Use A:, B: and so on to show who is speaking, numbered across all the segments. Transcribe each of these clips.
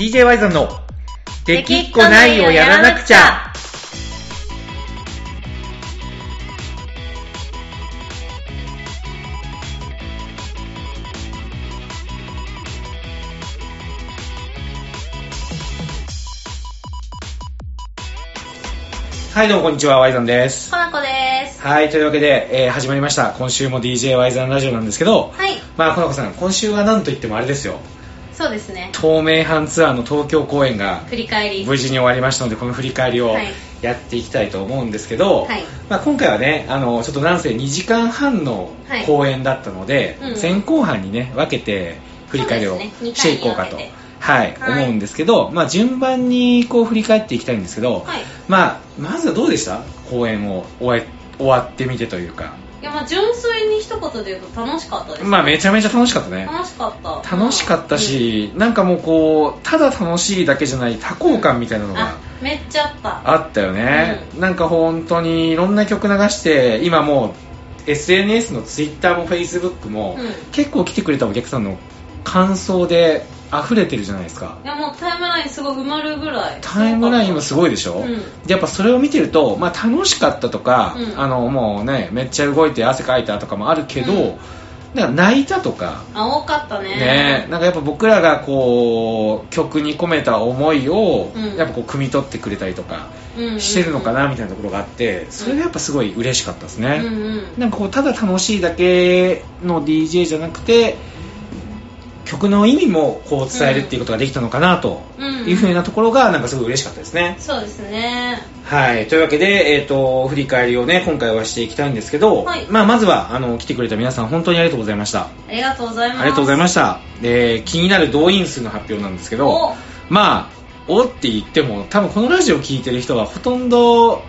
A: DJ ワイザンの、できっこないをやらなくちゃ。はい、どうもこんにちは、ワイザンです。
B: コナコです。
A: はい、というわけで、えー始まりました。今週も DJ ワイザンラジオなんですけど、
B: はい、
A: まあ、この子さん、今週は何と言ってもあれですよ。
B: そうですね。
A: 東名阪ツアーの東京公演が
B: 振り返り。
A: 無事に終わりましたのでこの振り返りを
B: はい
A: やっていきたいと思うんですけど、
B: はい
A: まあ、今回はねあのちょっとなんせ2時間半の
B: はい
A: 公演だったので、
B: うんうん
A: 前後半にね分けて振り返りを
B: そうですね
A: していこうかと、
B: 二回に分けて
A: はい
B: はい
A: 思うんですけど、まあ、順番にこう振り返っていきたいんですけど、
B: はい。い
A: まあ、まずはどうでした公演を終え終わってみてというか、
B: や、まあ純粋に一言で言うと楽しかったです。
A: まあ、めちゃめちゃ楽しかったね
B: 楽しかった。
A: 楽しかったし、なんかもうこうただ楽しいだけじゃない多幸感みたいな
B: う
A: の
B: ん、
A: が
B: あ、めっちゃあった。
A: あったよね、なんか本当にいろんな曲流して今もう SNS の Twitter も Facebook も、
B: うん
A: 結構来てくれたお客さんの感想で溢れてるじゃないですか
B: いや、もうタイムラインすごい埋まるぐらい。
A: タイムラインもすごいでしょ、
B: うん
A: でやっぱそれを見てると、まあ、楽しかったとか、
B: うん
A: あのもうねめっちゃ動いて汗かいたとかもあるけど、
B: うん
A: なんか泣いたとか
B: あ、多かったね。
A: ねなんかやっぱ僕らがこう曲に込めた思いを、
B: うん
A: やっぱこう汲み取ってくれたりとか
B: うんうんうん
A: してるのか。なみたいなところがあってそれがやっぱすごい嬉しかったです
B: うん
A: ね、
B: うん。
A: なんかこうただ楽しいだけの DJ じゃなくて曲の意味もこう伝えるっていうことができたのかなと
B: うん
A: いうふうなところがなんかすごい嬉しかったですね、
B: そうですね。
A: はいというわけで、えー、と振り返りをね今回はしていきたいんですけど、
B: はい
A: まあ、まずはあの来てくれた皆さん本当にありがとうございました
B: ありがとうございます。
A: ありがとうござい
B: す。
A: ました。で、気になる動員数の発表なんですけど
B: お、
A: まあ、おって言っても、多分このラジオ聞いてる人はほとんど、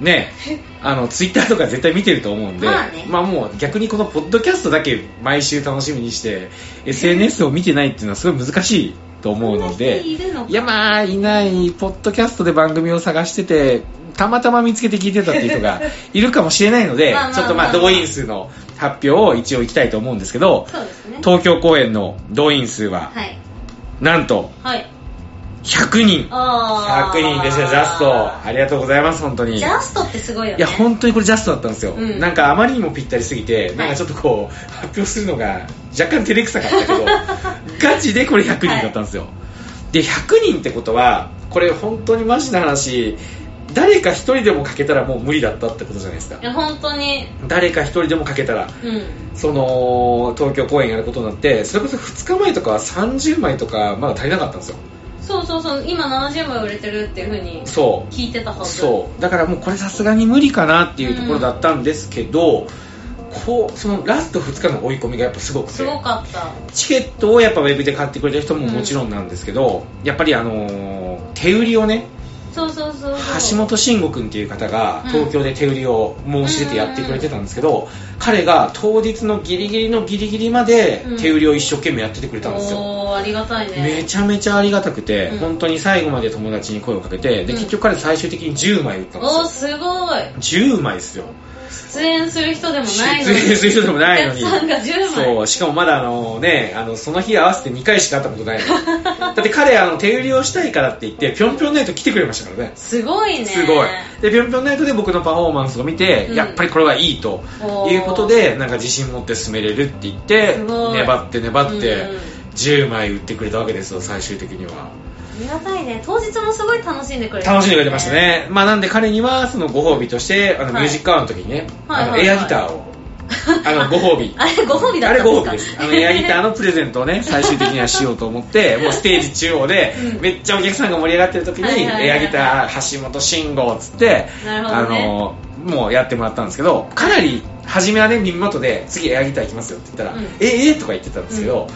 A: ね、あの、ツイッターとか絶対見てると思うんで、
B: まあね
A: もう逆にこのポッドキャストだけ毎週楽しみにして、SNS を見てないっていうのはすごい難しいと思うので
B: こんな人、いるのか
A: いやまあいないポッドキャストで番組を探しててたまたま見つけて聞いてたっていう人がいるかもしれないので
B: まあまあまあ
A: ちょっとまあ動員数の発表を一応いきたいと思うんですけど
B: そうですね。
A: 東京公演の動員数は
B: はい。
A: なんと
B: はい。
A: 100人
B: あー。
A: 100人でしたジャストありがとうございます本当に
B: ジャストってすごいよね。
A: いや本当にこれジャストだったんですよ、
B: うん
A: なんかあまりにもぴったりすぎて、
B: い
A: なんかちょっとこう発表するのが若干照れくさかったけ どガチでこれ100人だったんですよ、で100人ってことはこれ本当にマジな話誰か1人でもかけたらもう無理だったってことじゃないですか
B: いや、本当に。
A: 誰か1人でもかけたら
B: うん。
A: その東京公演やることになってそれこそ2日前とかは30枚とかまだ足りなかったんですよ
B: そうそうそう今70枚売れてるっていうふうに
A: そう
B: 聞いてたはず
A: そうだからもうこれさすがに無理かなっていうところだったんですけど、こうそのラスト2日の追い込みがやっぱすごく
B: す
A: て
B: ごかった
A: チケットをやっぱウェブで買ってくれた人ももちろんなんですけど、やっぱりあのー手売りをね
B: そうそうそうそ
A: 橋
B: う
A: 本慎吾君っていう方が
B: うん
A: 東京で手売りを申し出てやってくれてたんですけど、彼が当日のギリギリのギリギリまで
B: うん
A: 手売りを一生懸命やっててくれたんですよ、
B: おーありがたいね
A: めちゃめちゃありがたくて、
B: うん
A: 本当に最後まで友達に声をかけてで
B: うん
A: 結局彼最終的に10枚売ったんですよ
B: おーすごい
A: 10枚ですよ
B: 出演する人でもないの
A: 出
B: に
A: 演する人でもないのに
B: お客さんが10枚
A: そうしかもまだあのねあのその日合わせて2回しか会ったことない のだって彼あの手売りをしたいからって言ってぴょんぴょんナイト来てくれましたからね
B: すごいね
A: すごいでぴょんぴょんナイトで僕のパフォーマンスを見て、
B: うん
A: やっぱりこれはいいと
B: おー
A: いうことでなんか自信持って進めれるって言って
B: すごい
A: 粘って粘って、
B: うん
A: 10枚売ってくれたわけですよ最終的には
B: ありがたいね当日もすごい楽しんでくれた
A: 楽しんでくれてました ね、まあ、なんで彼にはそのご褒美としてあのミ
B: はい
A: ュージックアワーの時にね、
B: はい
A: あ
B: は
A: の
B: い
A: エ
B: はい
A: アギターをあのご褒美
B: あれご褒美だ
A: あ
B: っ
A: れ
B: た
A: ご
B: んですか
A: 褒美です あのエアギターのプレゼントをね最終的にはしようと思ってもうステージ中央で
B: うん
A: めっちゃお客さんが盛り上がってる時
B: はいはい
A: に
B: はい
A: エアギター橋本慎吾っつって
B: なるほどね
A: あのもうやってもらったんですけどかなり初めはね耳元で次エアギター行きますよって言ったら、
B: うん
A: ええとか言ってたんですけど、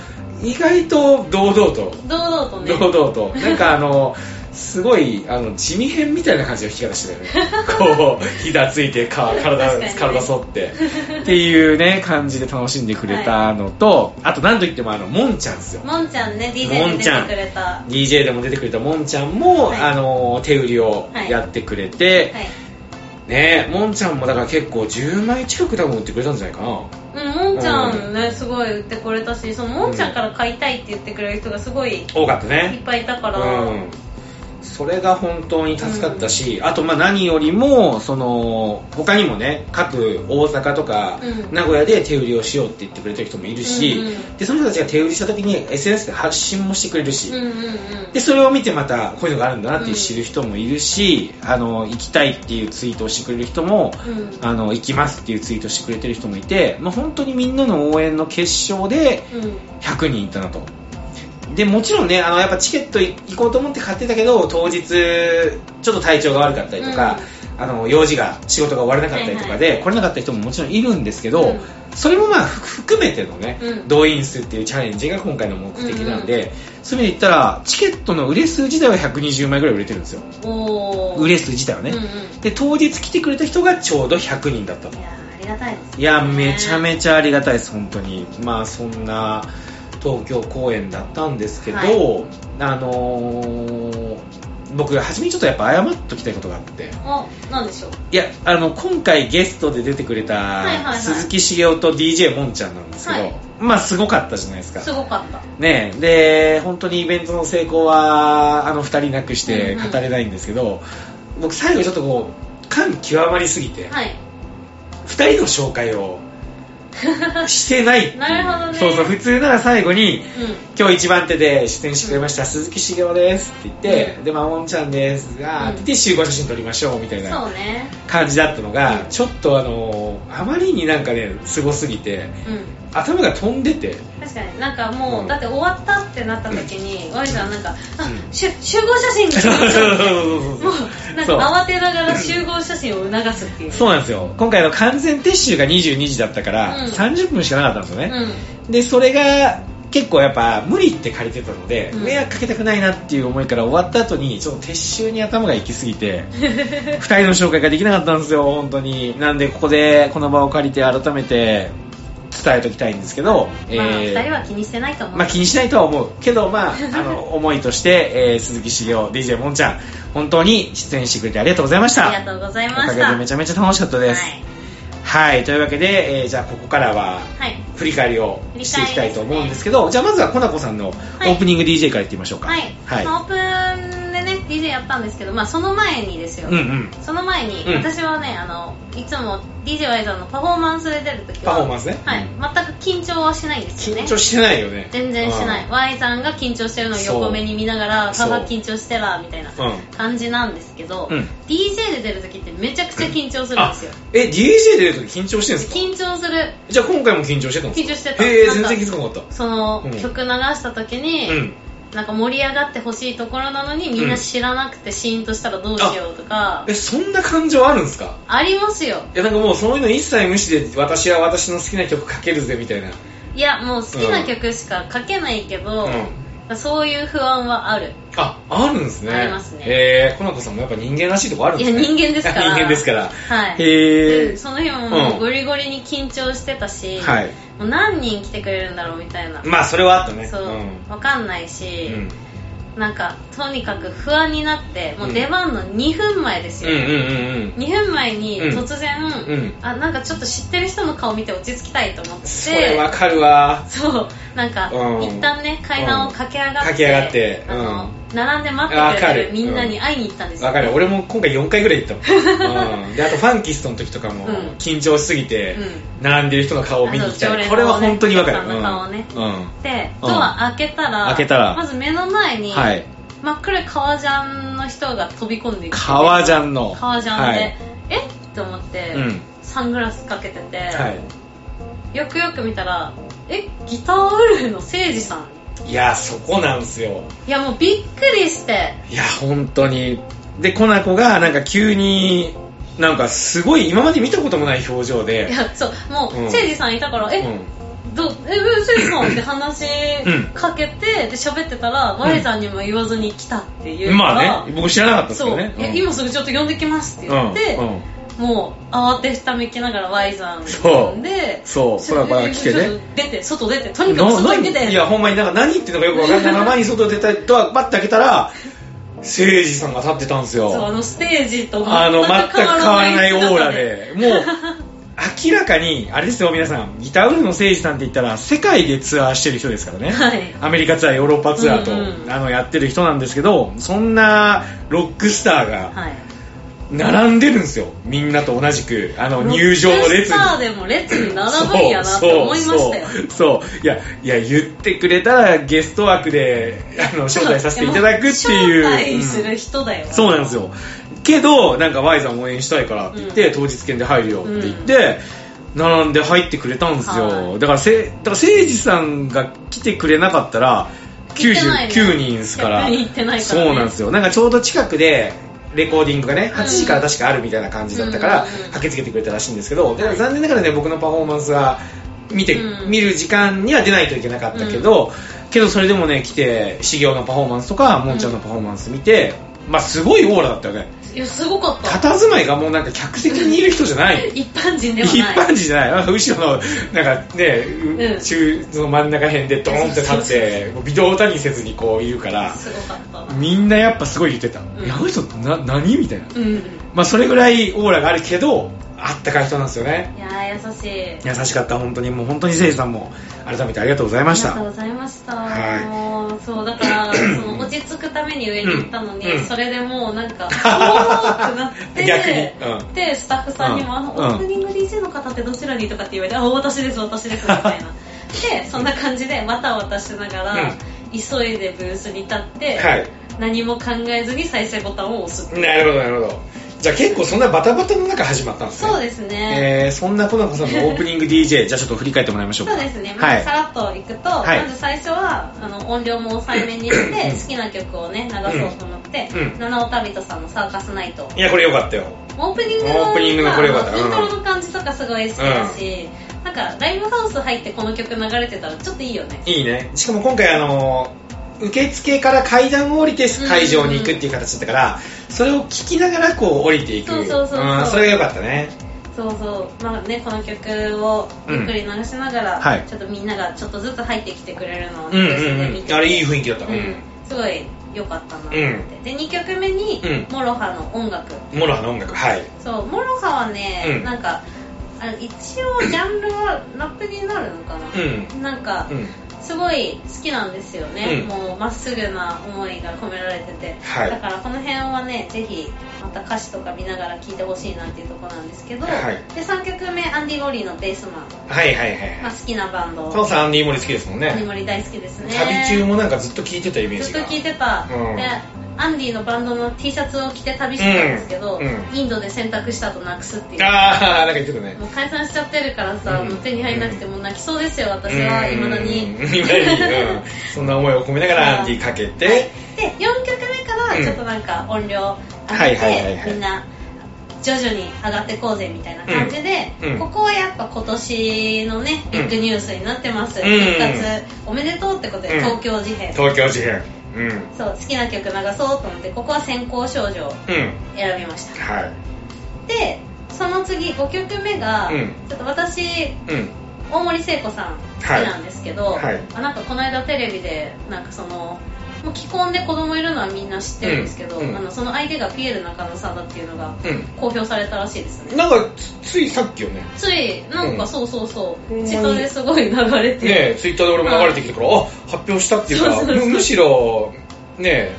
A: 意外と堂々と
B: 堂々とね
A: 堂々となんかあのすごいあの地味編みたいな感じの弾き方 してたよねこう膝ついてか体,、
B: 確かにね
A: 体反ってっていうね感じで楽しんでくれたのと、あと何といってもあのもんちゃんですよ
B: もんちゃんね DJ
A: も
B: で
A: んちゃん
B: 出てくれた
A: DJ でも出てくれたもんちゃんも、
B: はい
A: あの手売りを
B: はい
A: やってくれて、
B: はい
A: ねもんちゃんもだから結構10枚近く多分売ってくれたんじゃないかな
B: うん、もんんちゃんね、すごい売ってこれたし、そのもんちゃんから買いたいって言ってくれる人がすごいいっ
A: 多かったね
B: ぱいいたから、
A: うん、それが本当に助かったし、あとまあ何よりもその他にもね各大阪とか
B: うん
A: 名古屋で手売りをしようって言ってくれてる人もいるし、
B: うんうん
A: でその人たちが手売りした時に SNS で発信もしてくれるし、
B: うんうんうん
A: でそれを見てまたこういうのがあるんだなって知る人もいるし、あの行きたいっていうツイートをしてくれる人も
B: うん
A: あの行きますっていうツイートしてくれてる人もいて、まあ、本当にみんなの応援の結晶で
B: うん
A: 100人いたなとでもちろんねあのやっぱチケットい行こうと思って買ってたけど当日ちょっと体調が悪かったりとか、あの用事が仕事が終わらなかったりとかで、来れなかった人ももちろんいるんですけど、
B: うん
A: それもまあふ含めてのね、
B: うん
A: 動員数っていうチャレンジが今回の目的なんで、そういう意味で言ったらチケットの売れ数自体は120枚ぐらい売れてるんですよ
B: おー
A: 売れ数自体はね、
B: うんうん
A: で当日来てくれた人がちょうど100人だったと
B: いやーありがたいです
A: いやめちゃめちゃありがたいです本当にまあそんな東京公演だったんですけど、
B: はい
A: あのー僕初めにちょっとやっぱ謝っときたいことがあって
B: あなんでしょう
A: いやあの今回ゲストで出てくれ
B: はいはい
A: た
B: はい
A: 鈴木茂雄と DJ もんちゃんなんですけど、
B: はい
A: まあすごかったじゃないですか
B: すごかった
A: ねえ、で本当にイベントの成功はあの2人なくして
B: うんうん
A: 語れないんですけど、僕最後ちょっとこう感極まりすぎて、
B: はい
A: 2人の紹介をしてないっていう
B: なるほどね
A: そうそう普通なら最後に
B: う
A: 今日一番手で出演してくれました、鈴木茂雄ですって言って、
B: う
A: でまあもんちゃんですが、
B: うん
A: って集合写真撮りましょうみたい
B: ん
A: な
B: そうね
A: 感じだったのが、
B: うん
A: ちょっとあのあまりになんかねすごすぎて
B: うん
A: 頭が飛んでて
B: 確かになんかもう、
A: うん
B: だって終わったってなった時にワイちゃんなんか、
A: うん
B: あしゅ集合写真に
A: そうそうそうそう
B: も
A: そう
B: なん
A: そう
B: か慌てながら集合写真を促すっていう
A: そうなんですよ今回の完全撤収が22時だったから、
B: うん
A: 30分しかなかったんですよ
B: う
A: ね、
B: ん
A: でそれが結構やっぱ無理って借りてたので、
B: うん
A: 迷惑かけたくないなっていう思いから終わった後にちょっと撤収に頭が行き過ぎ て二人の紹介ができなかったんですよ本当になんでここでこの場を借りて改めて伝えときたいんですけど、
B: まあ、
A: えー
B: 2人は気にしてないと思う、
A: まあ気にしないとは思うけど、 まあ、あの思いとして、えー鈴木茂雄 DJ もんちゃん本当に出演してくれてありがとうございました
B: ありがとうござい
A: お
B: ました
A: かげでめちゃめちゃ楽しかったです
B: はい
A: はい、というわけで、えーじゃあここからは
B: はい
A: 振り返りをしていきたいと思うんですけど、じゃあまずはコナコさんのオ
B: い
A: ープニング DJ からいってみましょうか
B: はい、まあオープンでね DJ やったんですけど、まあ、その前にですよ、
A: うんうん
B: その前に、
A: うん
B: 私はねあのいつも d j y さんのパフォーマンスで出るときは
A: パフォーマンスね
B: はい、
A: うん
B: 全く緊張はしないんですよね
A: 緊張してないよね
B: 全然しない
A: うん
B: Y さんが緊張してるのを横目に見ながら
A: そう
B: 顔が緊張してらみたいな
A: うん
B: 感じなんですけど、
A: うん
B: DJ で出るときってめちゃくちゃ緊張するん
A: あ
B: ですよ
A: え DJ 出ると緊張してるんですか
B: 緊張する
A: じゃあ今回も緊張してたんですか
B: 緊張してた
A: へえ
B: なん
A: 全
B: か
A: 然気づかなかった
B: その、
A: うん
B: 曲流したときに、
A: うん
B: なんか盛り上がってほしいところなのにみんな知らなくてシーンとしたらどうしようとか、
A: えそんな感情あるんですか
B: ありますよ
A: いやなんかもうそういうの一切無視で私は私の好きな曲かけるぜみたいない
B: やもう好きな曲しか書けないけど、そういう不安はある
A: ああるんですね
B: ありますね
A: へえコナコさんもやっぱ人間らしいとこあるん
B: い
A: で
B: や
A: すね
B: 人間ですか ら
A: 人間ですから
B: はい
A: へ
B: で
A: え
B: その日もも
A: うん
B: うゴリゴリに緊張してたし、
A: はい
B: もう何人来てくれるんだろうみたいな、
A: まあそれはあったね
B: そう、わ
A: ん
B: 分かんないし、
A: うん
B: なんかとにかく不安になってもううん出番の2分前ですよ、
A: うんうんうんうん
B: 2分前に
A: うん
B: 突然、
A: うん
B: あなんかちょっと知ってる人の顔見て落ち着きたいと思って
A: それわかるわ
B: そうなんか、
A: うん
B: 一旦ね階段を駆け上がって,、
A: 駆け上がって
B: あの
A: うん
B: 並んで待ってくれてるみんな
A: わ
B: に会いに行ったんですよ、
A: わかる俺も今回4回ぐらい行ったもん、うん、であとファンキストの時とかも
B: うん
A: 緊張しすぎて
B: う
A: 並んでる人の顔を見に行き
B: あ
A: た
B: の
A: い
B: 常連のね
A: これは本当にわかる、
B: お客さんの顔をね
A: うんうん
B: で
A: うん
B: ドア開けたら,、
A: 開けたら
B: まず目の前に、
A: はい
B: 真っ黒い革ジャンの人が飛び込んできて
A: 革ジャンの
B: 革ジャンで、
A: はい
B: えって思って、
A: うん
B: サングラスかけてて、
A: は
B: よくよく見たらえギターウルフの誠司さん
A: い、いやそこなんすよ
B: いやもうびっくりして
A: いや本当にでコナコがなんか急になんかすごい今まで見たこともない表情
B: い
A: で
B: やそうもう
A: うん
B: 誠司、さんいたからえ、
A: うん
B: どえうん誠司さんって話
A: うん
B: かけてで喋ってたら、ワイさんにも言わずに来たっていうから
A: まあね僕知らなかったですけ
B: そ
A: ど
B: う、
A: ね
B: え
A: うん
B: 今すぐちょっと呼んできますって言って、
A: うんうん
B: もう慌てふためきながら Y さん
A: そう
B: 呼んで
A: そう
B: ちょ
A: 空から来てね
B: ちょっと出て外出てとにかく外に出
A: なな
B: て
A: いやほんまになんか何言ってんのかよくわかんないままに外出たいドアバッて開けたら誠司さんが立ってたんです
B: そうあ
A: よ
B: のステージと
A: あの全く変わらないオーラ
B: 中で
A: でもう明らかにあれですよ皆さんギターウルフの誠司さんって言ったら世界でツアーしてる人ですからね、
B: はい
A: アメリカツアーヨーロッパツアーと、
B: うんうん
A: あのやってる人なんですけどそんなロックスターが
B: はい
A: 並んでるんですよみんなと同じくあの入場の列
B: ロックスター
A: に。
B: でも列に並ぶんやなって思いましたよ
A: そうそうそういやいや言ってくれたらゲスト枠であの招待させていただくっていう
B: 招待す
A: うん
B: る人だよ、
A: そうなんですよけどなんか Y さん応援したいからって言って、当日券で入るよって言って、並んで入ってくれたんですよ、
B: はい
A: だからせだから誠司さんが来てくれなかったら
B: 行ってないね
A: 99人ですから
B: 逆に行ってないからね
A: そうなんですよなんかちょうど近くでレコーディングがね8時から確かあるみたいな感じだったから、
B: うんうんうん
A: 駆けつけてくれたらしいんですけど、だから残念ながらね僕のパフォーマンスは見て、
B: うん
A: 見る時間には出ないといけなかったけど、けどそれでもね来て修行のパフォーマンスとかもんちゃんのパフォーマンス見て、まあすごいオーラだったよね
B: いやすごかった
A: 佇まいがもうなんか客席にいる人じゃない
B: 一般人ではない
A: 一般人じゃないなんか後ろのなんかね、う
B: うん
A: 中その真ん中辺でドーンって立
B: そう
A: っ
B: そう
A: てもう微動だにせずにこういるから
B: すごかったな
A: みんなやっぱすごい言ってた「
B: ん
A: いやあの人な何?」みたいな、
B: うんい
A: まあ、それぐらいオーラがあるけどあったかい人なんですよね
B: やー優しい
A: 優しかった本当にもう本当に誠司さんも改めてありがとうございまし
B: あ
A: た
B: りがとうございました、
A: はい
B: もうそうだか らその落ち着くために上に行ったのに、
A: うん
B: それでもうなん かおーってなって
A: 逆にうん
B: でスタッフさんにも
A: う
B: 「
A: ん
B: あのオープニング DJ の方ってどちらに?」とかって言われて「あ私です私です」みた いなでそんな感じでわたわたしながら、
A: うん
B: 急いでブースに立って、
A: はい
B: 何も考えずに再生ボタンを押すっていう
A: なるほどなるほどじゃあ結構そんなバタバタの中始まったんですね
B: そうですね、
A: えーそんなコナコさん のオープニング DJ じゃあちょっと振り返ってもらいましょうか
B: そうですね、ま
A: は
B: ず
A: い
B: さらっといくと、
A: はい
B: まず最初はあの音量も抑えめにして
A: うん
B: 好きな曲をね流そうと思って、
A: うんうん
B: 七尾旅人さんの「サーカスナイト
A: いやこれよかったよ」
B: オープニングの
A: オープニングのこれよかった
B: あのイント
A: う
B: ロ
A: ん
B: の感じとかすごい好きだし、なんかライブハウス入ってこの曲流れてたらちょっといいよね
A: いいねしかも今回あの受付から階段を降りて会場に行くっていう形だったから、それを聞きながらこう降りていく
B: そうそうそうそうん
A: それがよかったね
B: そうそうまあねこの曲をゆっくり流しながら、
A: うんはい
B: ちょっとみんながちょっとずつ入ってきてくれるのを
A: うん
B: ブースで
A: うん
B: 見
A: う
B: て
A: ん
B: て
A: あれいい雰囲気だったう
B: うん
A: ん、
B: すごい良かったなと思って、で2曲目に、
A: うん
B: モロハの音楽
A: モロハの音楽はい
B: そうモロハはね、
A: うん
B: なんかあ一 応ジャンルはラップになるのかな、
A: う
B: なんか、
A: うん
B: すごい好きなんですよね、
A: うん
B: もうまっすぐな思いが込められてて、
A: はい
B: だからこの辺はねぜひまた歌詞とか見ながら聴いてほしいなっていうところなんですけど、
A: はい
B: で3曲目アンディ・ゴリーのベースマン、
A: はいはいはい
B: まあ、好きなバンド
A: 父さんアンディーモリ好きですもん
B: アンディ・
A: ね
B: ゴリー大好きですね
A: 旅中もなんかずっと聞いてたイメー
B: ず
A: ジ
B: っと
A: が
B: 聞いてた、
A: うん
B: でアンディのバンドの T シャツを着て旅してたんですけど、
A: うんうん
B: インドで洗濯したとなくすっていう
A: ああなんか言ってたね
B: もう解散しちゃってるからさ、
A: うん
B: もう手に入らなくてもう泣きそうですよ私
A: う
B: は
A: ん
B: いまだに
A: うん未だに、 うん、そんな思いを込めながらアンディかけ
B: はい
A: て、
B: で4曲目からちょっとなんか音量上げ
A: はいはいはいは
B: て
A: い
B: みんな徐々に上がってこうぜみたいな感じで、
A: うんうん
B: ここはやっぱ今年のねビッグニュースになってます、
A: うん
B: 復活おめでとうってことで、
A: うん
B: 東京事変
A: 東京事変うん
B: そう好きな曲流そうと思ってここは先行少女を
A: うん
B: 選びました
A: はい
B: でその次5曲目が、
A: うん
B: ちょっと私
A: うん
B: 大森聖子さん好きなんですけど、
A: はいはい
B: あなんかこの間テレビでなんかそのもう既婚で子供いるのはみんな知ってるんですけど、
A: うんうん
B: あのその相手がピエール中野さんだっていうのが
A: う
B: 公表されたらしいですね
A: んなんかつついさっきよね
B: ついなん
A: う
B: か
A: ん
B: そうそうそう、
A: ほんまに
B: 地下ですごい流れて、
A: ねツイッターで俺も流れてきてから、あ発表したっていうか
B: そうそうそう
A: むむしろね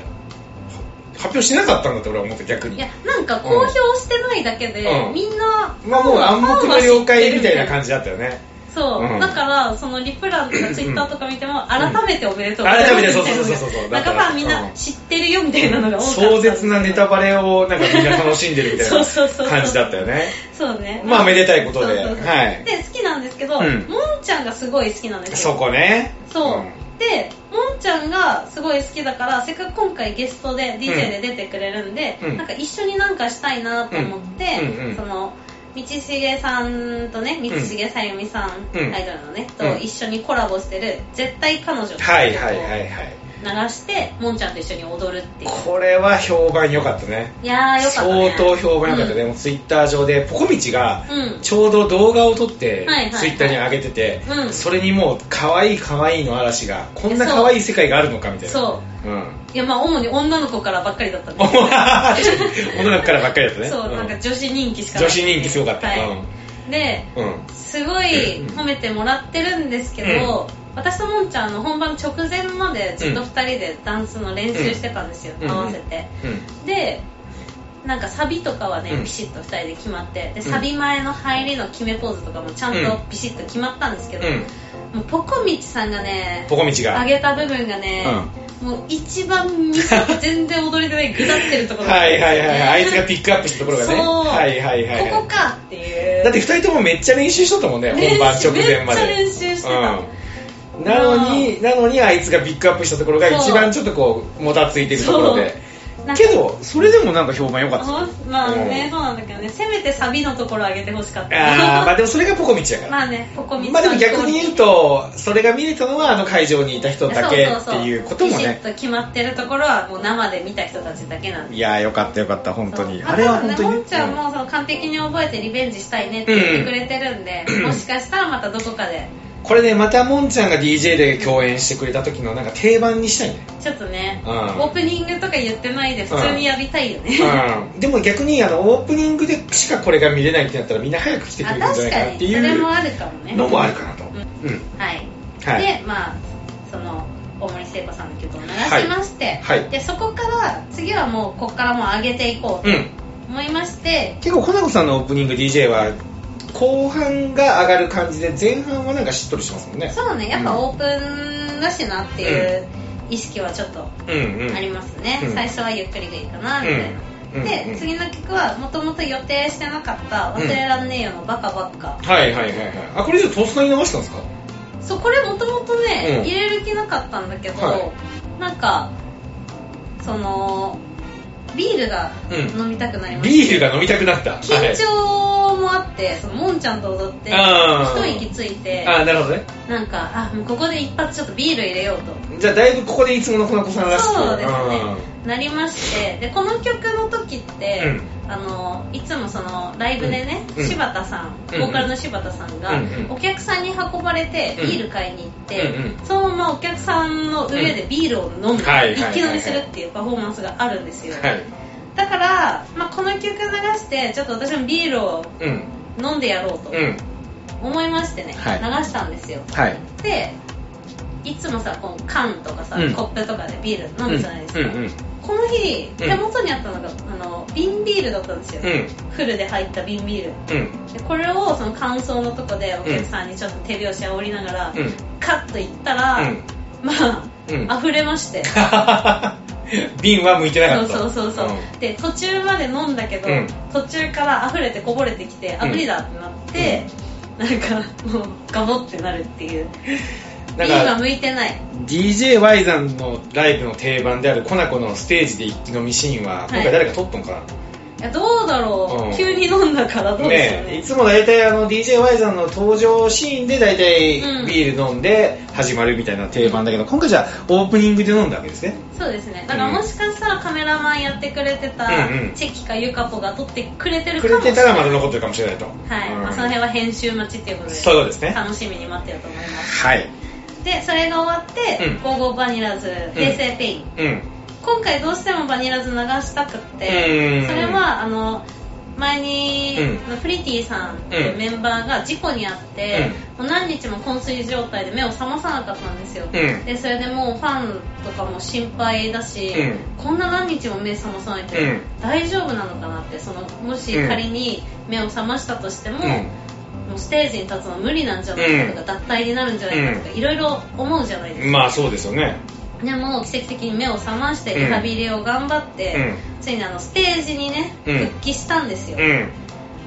A: 発表してなかったんだって俺は思って逆
B: い
A: に
B: やなんか公表してないだけで、
A: うん
B: みんな
A: まあもう暗黙の了解みたいな
B: じ
A: 感じだったよね
B: そう、
A: うん
B: だからそのリプランとかツイッターとか見ても改めておめでとう
A: 改めて
B: みたい
A: そう
B: な
A: そうそうそうそう
B: な
A: だ
B: んか
A: から
B: まあみん
A: う
B: なん知ってるよみたいなのが多かった
A: 壮絶なネタ
B: ば
A: バレをなんかみんな楽しんでるみたい
B: そうそうそうそ
A: な
B: う
A: 感じだったよね
B: そうね
A: まあめでたいことで
B: そうそうそう
A: はい
B: で好きなんですけど、
A: うん
B: もんちゃんがすごい好きなんです
A: そ
B: よ
A: こね
B: そう、
A: ん
B: でもんちゃんがすごい好きだからせっかく今回ゲストで DJ で出てくれるんで、
A: うん
B: なんか一緒になんかしたいなと思って、
A: うんうんうん
B: その道重さんとね道重さゆみさん、
A: うん
B: アイドルのね、
A: うん
B: と一緒にコラボしてる「絶対彼女」っていう曲を
A: はいはいはいはい
B: 流してもんちゃんと一緒に踊るっていう
A: これは評判良かったね
B: いやーよかったね
A: 相当評判良かったね、
B: うん
A: もうツイッター上でポコミチが
B: うん
A: ちょうど動画を撮って
B: はいはい
A: ツイッターに上げてて、
B: うん
A: それにもう可愛い可愛いの嵐がこんな可愛い世界があるのかみたいな、
B: そう
A: ん、
B: いやまあ主に女の子からばっかりだったんで
A: 女の子からばっかりだったね
B: そう、なんか
A: ん
B: 女子人気しかな
A: 女
B: い
A: 子人気すごかった、
B: はい
A: うん
B: で
A: うん
B: すごい
A: うん
B: 褒めてもらってるんですけど、私ともんちゃんの本番直前までずっと2人でダンスの練習してたんですよ、
A: うん
B: 合わせて、でなんかサビとかはね、
A: うん
B: ピシッと2人で決まってで
A: ん
B: サビ前の入りの決めポーズとかもちゃんとピシッと決まったんですけど、
A: うんうん
B: もうポコミチさんがね
A: ポコミチが
B: 上げた部分がね、もう一番ミス全然踊れてないぐだってるところ
A: はいはいはいはいあいつが
B: ピ
A: ピックアップしたところがね
B: そう
A: はいはいはい
B: こ
A: は
B: こ
A: い
B: かっていう
A: だって2人ともめっちゃ練習しとったもんね
B: 練習
A: 本番直前まで
B: めっちゃ練習してた
A: うんなのになのにあいつがピックアップしたところが
B: そう
A: 一番ちょっとこうもたついてるところでけどそれでもなんか評判良かった
B: ほんまあね、そうなんだけどねせめてサビのところ上げてほしかっ
A: あーまあ
B: た
A: でもそれがポコミチやから
B: まあねここ見
A: まあでも逆に言うとそれが見れたのはあの会場にいた人だけっていうことも
B: ピシッ
A: ね
B: と決まってるところはもう生で見た人たちだけなんで
A: いやーよかったよかった本当に
B: そう
A: あれは本当
B: まあ多分
A: に
B: ねもんちゃんもその完璧に覚えてリベンジしたいねって言ってくれてるんで、
A: うん
B: もしかしたらまたどこかで
A: これねまたもんちゃんが DJ で共演してくれた時のなんか定番にしたいね
B: ちょっとね、
A: うん
B: オープニングとか言ってないで普通にやりたいよね、
A: うん、でも逆にあのオープニングでしかこれが見れないってなったらみんな早く来てく
B: あ
A: れるんじゃな
B: 確
A: いか
B: か
A: なって
B: にそれ
A: い
B: も
A: う
B: あるかもね
A: のもあるかなと、うん
B: んはい、
A: はい、
B: でまあその大森聖子さんの曲を流しまして、
A: はいはい
B: でそこから次はもうここからもう上げていこう
A: う
B: と
A: ん、
B: 思いまして、
A: 結構コナコさんのオープニング DJ は後半が上がる感じで前半はなんかしっとりしてますもんね
B: そうねやっぱオープンだしなっていう意識はちょっと
A: うんうん
B: ありますね、
A: うん
B: 最初はゆっくりでいいかなみたいな、
A: うんうんう
B: で
A: ん
B: 次の曲はもともと予定してなかった「忘れらんねえよ」の「バカバカ」
A: はいはいはいはいあこれじゃあトースターに流したんですか
B: そうこれもともとね、
A: うん
B: 入れる気なかったんだけど、
A: は
B: なんかそのビールが
A: うん
B: 飲みたくなりました、
A: ビールが飲みたくなった
B: 緊張もあってそのもんちゃんと踊って
A: あー
B: 一息ついて
A: はい、あなるほどね
B: なんかあもうここで一発ちょっとビール入れようと
A: じゃあだいぶここでいつものコナコさんらしく
B: そうですねなりましてでこの曲の時って、あのいつもそのライブでね、
A: うん
B: 柴田さんボ
A: うん
B: ーカルの柴田さんが、
A: うんうん
B: お客さんに運ばれて
A: うん
B: ビール買いに行って、
A: うんう
B: そのままお客さんの上でビールを飲む、
A: はいはいはいは
B: 一
A: い
B: 気飲みするっていうパフォーマンスがあるんですよ、
A: うんはい
B: だから、まあ、この曲流してちょっと私もビールを
A: うん
B: 飲んでやろうと
A: うん
B: 思いましてね、
A: はい
B: 流したんですよ
A: はい
B: でいつもさこう缶とかさ、
A: うん
B: コップとかでビール飲むじゃないですか、
A: うんうん
B: この日
A: うん
B: 手元にあったのが、あの瓶ビールだったんですよ、
A: うん
B: フルで入った瓶ビール
A: うん
B: でこれをその乾燥のとこでお客さんにちょっと手拍子を折りながら、
A: うん
B: カッといったら、
A: うん
B: まあ、
A: うん
B: 溢れまして
A: 瓶は向いてなか
B: そう
A: った
B: そうそうそう、で途中まで飲んだけど、
A: うん
B: 途中から溢れてこぼれてきてあ
A: うん
B: 無理だってなって、なんかもうガボってなるっていう
A: うん
B: 瓶は
A: なんか
B: 向いてない
A: DJY さんのライブの定番であるコナコのステージで一気飲みシーンは今回誰か撮っとんかな、
B: いやどうだろう、
A: うん
B: 急に飲んだからどうでしょう
A: ね
B: ね
A: えいつも大体あの DJY さんの登場シーンで大体
B: うん
A: ビール飲んで始まるみたいな定番だけど、今回じゃあオープニングで飲んだわけですね
B: そうですねだからもしかしたらカメラマンやってくれてた
A: うんうん
B: チェキかユカポが撮ってくれてるか
A: く
B: も
A: れ
B: しれ
A: て
B: な
A: た
B: い
A: らまだ残ってるかもしれないと
B: はい、
A: うん
B: まあ、その辺は編集待ちっていうことで
A: そうですね
B: 楽しみに待ってると思います
A: はい
B: でそれが終わって
A: うん
B: 「ゴーゴーバニラズ」「平成ペイン」
A: うん
B: 今回どうしてもバニラズ流したくっ
A: う
B: て
A: ん
B: それはあの前に、
A: う
B: プリティさんっていうメンバーが事故にあって、もう何日も昏睡状態で目を覚まさなかったんですよ、
A: うん
B: でそれでもうファンとかも心配だし、
A: うん
B: こんな何日も目覚まさないって、
A: うん
B: 大丈夫なのかなってそのもし仮に目を覚ましたとしても、もうステージに立つのは無理なんじゃないかとか、脱退になるんじゃないかとかいろいろ思うじゃないですか
A: うんまあそうですよね
B: でも奇跡的に目を覚まして
A: うん
B: リハビリを頑張って、
A: う
B: ついにあのステージにね、
A: うん
B: 復帰したんですよ、
A: うん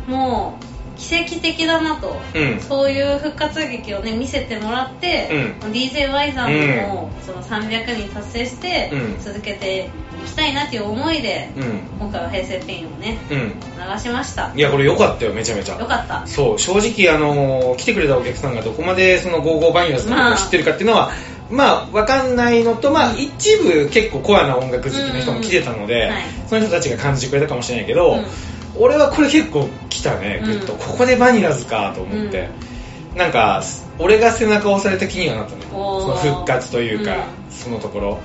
B: もう奇跡的だなと、
A: うん
B: そういう復活劇をね見せてもらって、DJY さんもその300人達成して、
A: うん
B: 続けていきたいなっていう思いで、
A: うん
B: 今回は平成ペインをね
A: うん
B: 流しました
A: いやこれ良かったよめちゃめちゃ
B: よかった
A: そう正直あのー来てくれたお客さんがどこまでそのゴーゴーバニラスのことを知ってるかっていうのは、まあわかんないのとまあ一部結構コアな音楽好きの人も来てたので、
B: うんはい
A: その人たちが感じてくれたかもしれないけど、
B: うん
A: 俺はこれ結構来たねグッと、
B: うん
A: ここでバニラズかと思って、なんか俺が背中を押された気にはなったねそ
B: お
A: の
B: ー
A: 復活というか、
B: う
A: そのところ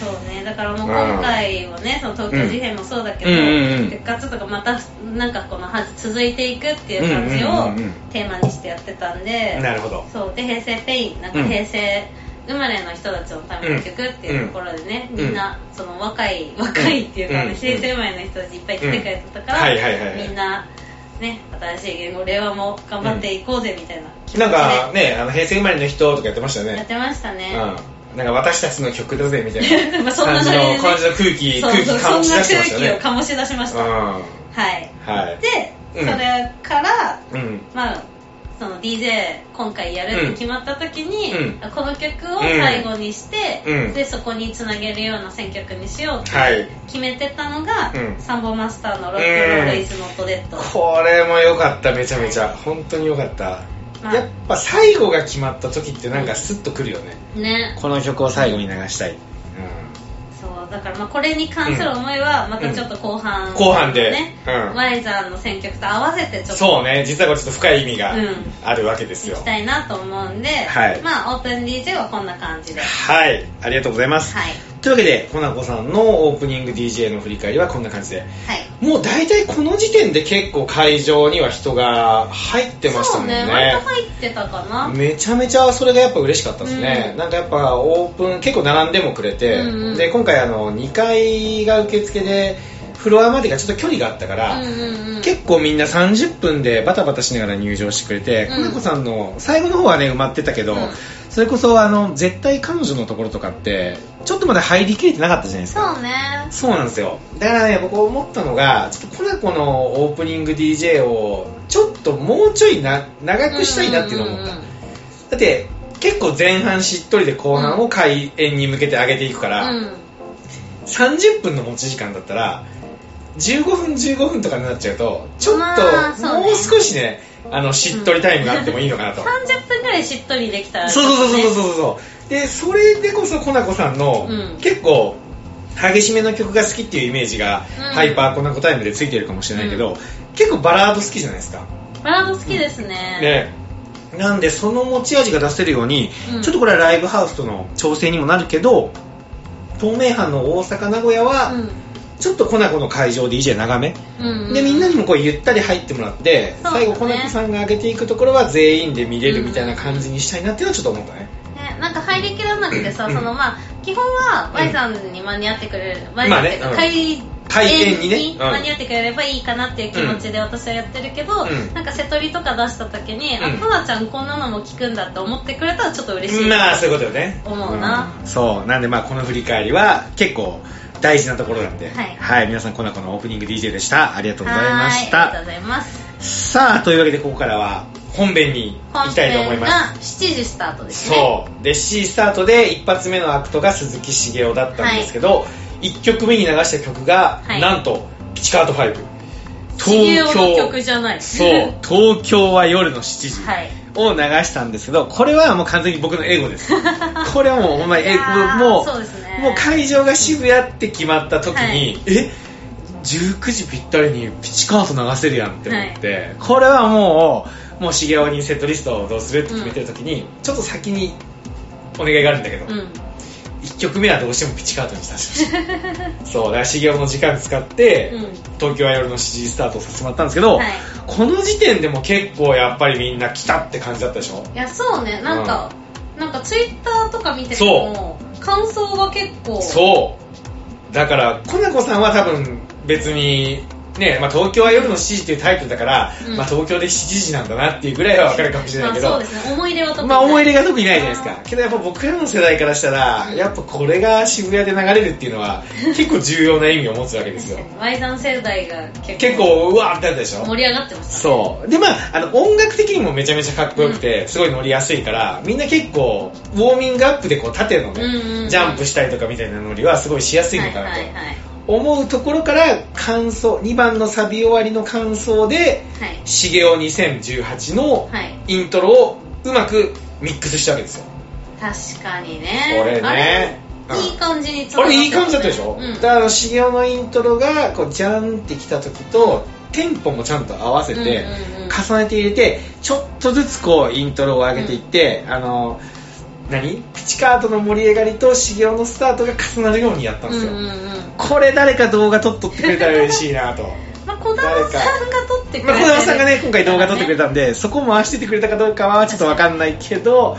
B: そうねだからもう今回はねその東京事変もそうだけど、
A: うんうんうんうん
B: 復活とかまたなんかこのは続いていくっていう感じ
A: うんうんうんうん
B: をテーマにしてやってたんで、
A: なるほど
B: そうで平成ペインなんか
A: うん
B: 平成生まれの人たちのための曲っていうところでね、
A: うん
B: みんなその若い若いっていうか、ね
A: うん
B: 平成生まれの人たちいっぱい来てくれてたから、
A: はいはいはいはい
B: みんなね新しい言語令和も頑張っていこうぜみたいな気持ちで
A: なんかねあの平成生まれの人とかやってましたよ
B: やっ
A: ね
B: てましたね、
A: うんなんか私たちの曲だぜみたい
B: ま
A: な
B: あそんな
A: 感じ
B: ノリでね
A: の感じの空気
B: そう
A: 空気
B: そう
A: 感じ出してまし
B: そ
A: た
B: ん
A: よね
B: な空気を醸し出しました、
A: う
B: はい
A: んはい
B: で、
A: うん
B: それから
A: うん
B: まあその DJ 今回やるって決まった時に、
A: う
B: この曲を最後にして、
A: うん
B: でそこにつなげるような選曲にしようって
A: はい
B: 決めてたのが、
A: うん
B: サンボマスターの「ロックンロールイズノットデッド」
A: これも良かっためちゃめちゃ本当に良かった、
B: まあ
A: やっぱ最後が決まった時ってなんかスッとくるよね、
B: ね
A: この曲を最後に流したい、うん
B: そうだからまあこれに関する思いはまたちょっと後半、
A: 後半で
B: ね、
A: うん
B: ワイザーの選曲と合わせてちょっと
A: そうね実はこれちょっと深い意味が
B: うん
A: あるわけです
B: い
A: よ、
B: きたいなと思うんで、
A: はい
B: まあオープン DJ はこんな感じでは
A: はいありがとうございます、
B: い
A: というわけでコナコさんのオープニング DJ の振り返りはこんな感じで
B: はい
A: もう大体この時点で結構会場には人が入ってましたもんね
B: そうね割と入ってたかな、
A: めちゃめちゃそれがやっぱ嬉しかったですね、
B: うん
A: なんかやっぱオープン結構並んでもくれて、
B: うんうん
A: で今回あの2階が受付でフロアまでがちょっと距離があったから、
B: うんうんうん
A: 結構みんな30分でバタバタしながら入場してくれて、
B: うん
A: コナコさんの最後の方はね埋まってたけど、
B: うん
A: それこそあの絶対彼女のところとかってちょっとまだ入りきれてなかったじゃないですか
B: そうね
A: そうなんですよだからね僕思ったのがちょっとコナコのオープニング DJ をちょっともうちょいな長くしたいなっていうのを思った、
B: うんうんうん
A: だって結構前半しっとりで後半を開演に向けて上げていくから、
B: うん
A: 30分の持ち時間だったら15分15分とかになっちゃうとちょっと
B: まあそうね
A: もう少しねあのしっとりタイムがあってもいいのかなと、
B: 30分ぐらいしっとりできたら、
A: そうそうそうそうそううそうでそれでこそコナコさんの、
B: うん
A: 結構激しめの曲が好きっていうイメージが、
B: うん
A: ハイパーコナコタイムでついてるかもしれないけど、結構バラード好きじゃないですか
B: バラード好きですね、
A: ね、なんでその持ち味が出せるように、
B: うん
A: ちょっとこれはライブハウスとの調整にもなるけど東名阪の大阪名古屋は、ちょっとコナコの会場 DJ 長め、
B: うんうんうん、
A: でみんなにもこうゆったり入ってもらって、
B: そうだ
A: 最
B: ね
A: 後コナコさんが上げていくところは全員で見れるみたいな感じにしたいなっていうのはちょっと思ったね、
B: ね、なんか入りきらなくてさ、
A: うん
B: そのまあ基本は Y さんに間に合ってくれる、Y
A: まあ
B: さん
A: ね
B: っていう
A: う
B: か
A: ん
B: 開
A: 開演にね
B: 演間に合ってくれればいいかなっていう気持ちで私はやってるけど、
A: うん
B: なんか瀬取りとか出した時に、
A: う
B: あ
A: ん
B: タナちゃんこんなのも聞くんだって思ってくれたらちょっと嬉しい、
A: まあそういうことよね
B: 思うな
A: うんそうなんでまあこの振り返りは結構大事なところなんで、
B: はい
A: 皆さんコナコのオープニング DJ でしたありがとうご
B: は
A: ざいま
B: ー
A: し
B: いありが
A: た
B: とうございます
A: さあというわけでここからは本編に行
B: 本
A: きたいと思い
B: 編が
A: ます
B: 7時スタートですね
A: そうで C スタートで一発目のアクトが鈴木茂雄だったんですけど、一1曲目に流した曲が、
B: はい
A: なんとピチカート5
B: 東京の曲じゃない
A: そう東京は夜の7時
B: はい
A: を流したんですけどこれはもう完全に僕のエゴです これはもうほんまにエ
B: い
A: ゴ
B: やー
A: もう
B: そうですね
A: もう会場が渋谷って決まった時に、
B: はい
A: え19時ぴったりにピチカート流せるやんって思って、これはもうもう茂雄にセットリストをどうするって決めてる時に、ちょっと先にお願いがあるんだけど、
B: うん
A: 1曲目はどうしてもピチカートにさせてほし いそうだから茂雄の時間使って、
B: うん
A: 東京は夜の7時スタートさせてもらったんですけど、
B: はい
A: この時点でも結構やっぱりみんな来たって感じだったでしょ
B: いやそうねなんか、なんかツイッターとか見てても感想が結構
A: そうだからコナコさんは多分別にね、まあ、東京は夜の7時っていうタイトルだから、
B: うん
A: まあ、東京で7時なんだなっていうぐらいは分かるかもしれないけど
B: まあ、そうですね思い入れは特に
A: まあ思い入れ
B: が
A: が特にないじゃないですかけどやっぱ僕らの世代からしたらやっぱこれが渋谷で流れるっていうのは結構重要な意味を持つわけですよ
B: ワイダン世代が結構
A: 結構うわーってなったでしょ
B: 盛り上がってました
A: そうでまああの音楽的にもめちゃめちゃかっこよくて、すごい乗りやすいからみんな結構ウォーミングアップでこう縦のね、
B: うんうん
A: ジャンプしたりとかみたいな乗りはすごいしやすいのかなと、
B: はいはいはい
A: 思うところから感想2番のサビ終わりの感想で
B: はい
A: 「茂雄2018」の
B: はい
A: イントロをうまくミックスしたわけですよ
B: 確かにね
A: これね
B: あれ
A: うん
B: いい感じにつ
A: あ
B: ながっ
A: れ
B: てま
A: いい感
B: すね
A: じだったでしょ、
B: うん、
A: だから茂雄のイントロがこうジャンってきた時とテンポもちゃんと合わせて、
B: うんうんうん
A: 重ねて入れてちょっとずつこうイントロを上げていって、あの何ピチカートの盛り上がりと修行のスタートが重なるようにやったん
B: う
A: で
B: ん
A: す
B: う
A: よ、
B: んうん
A: これ誰か動画撮っとってくれたら嬉しいなと
B: まあ、小玉さんが撮ってく
A: まあ
B: れ
A: 小
B: てる
A: 玉さんがね今回動画撮ってくれたんで、そこ回しててくれたかどうかはちょっとわかんないけど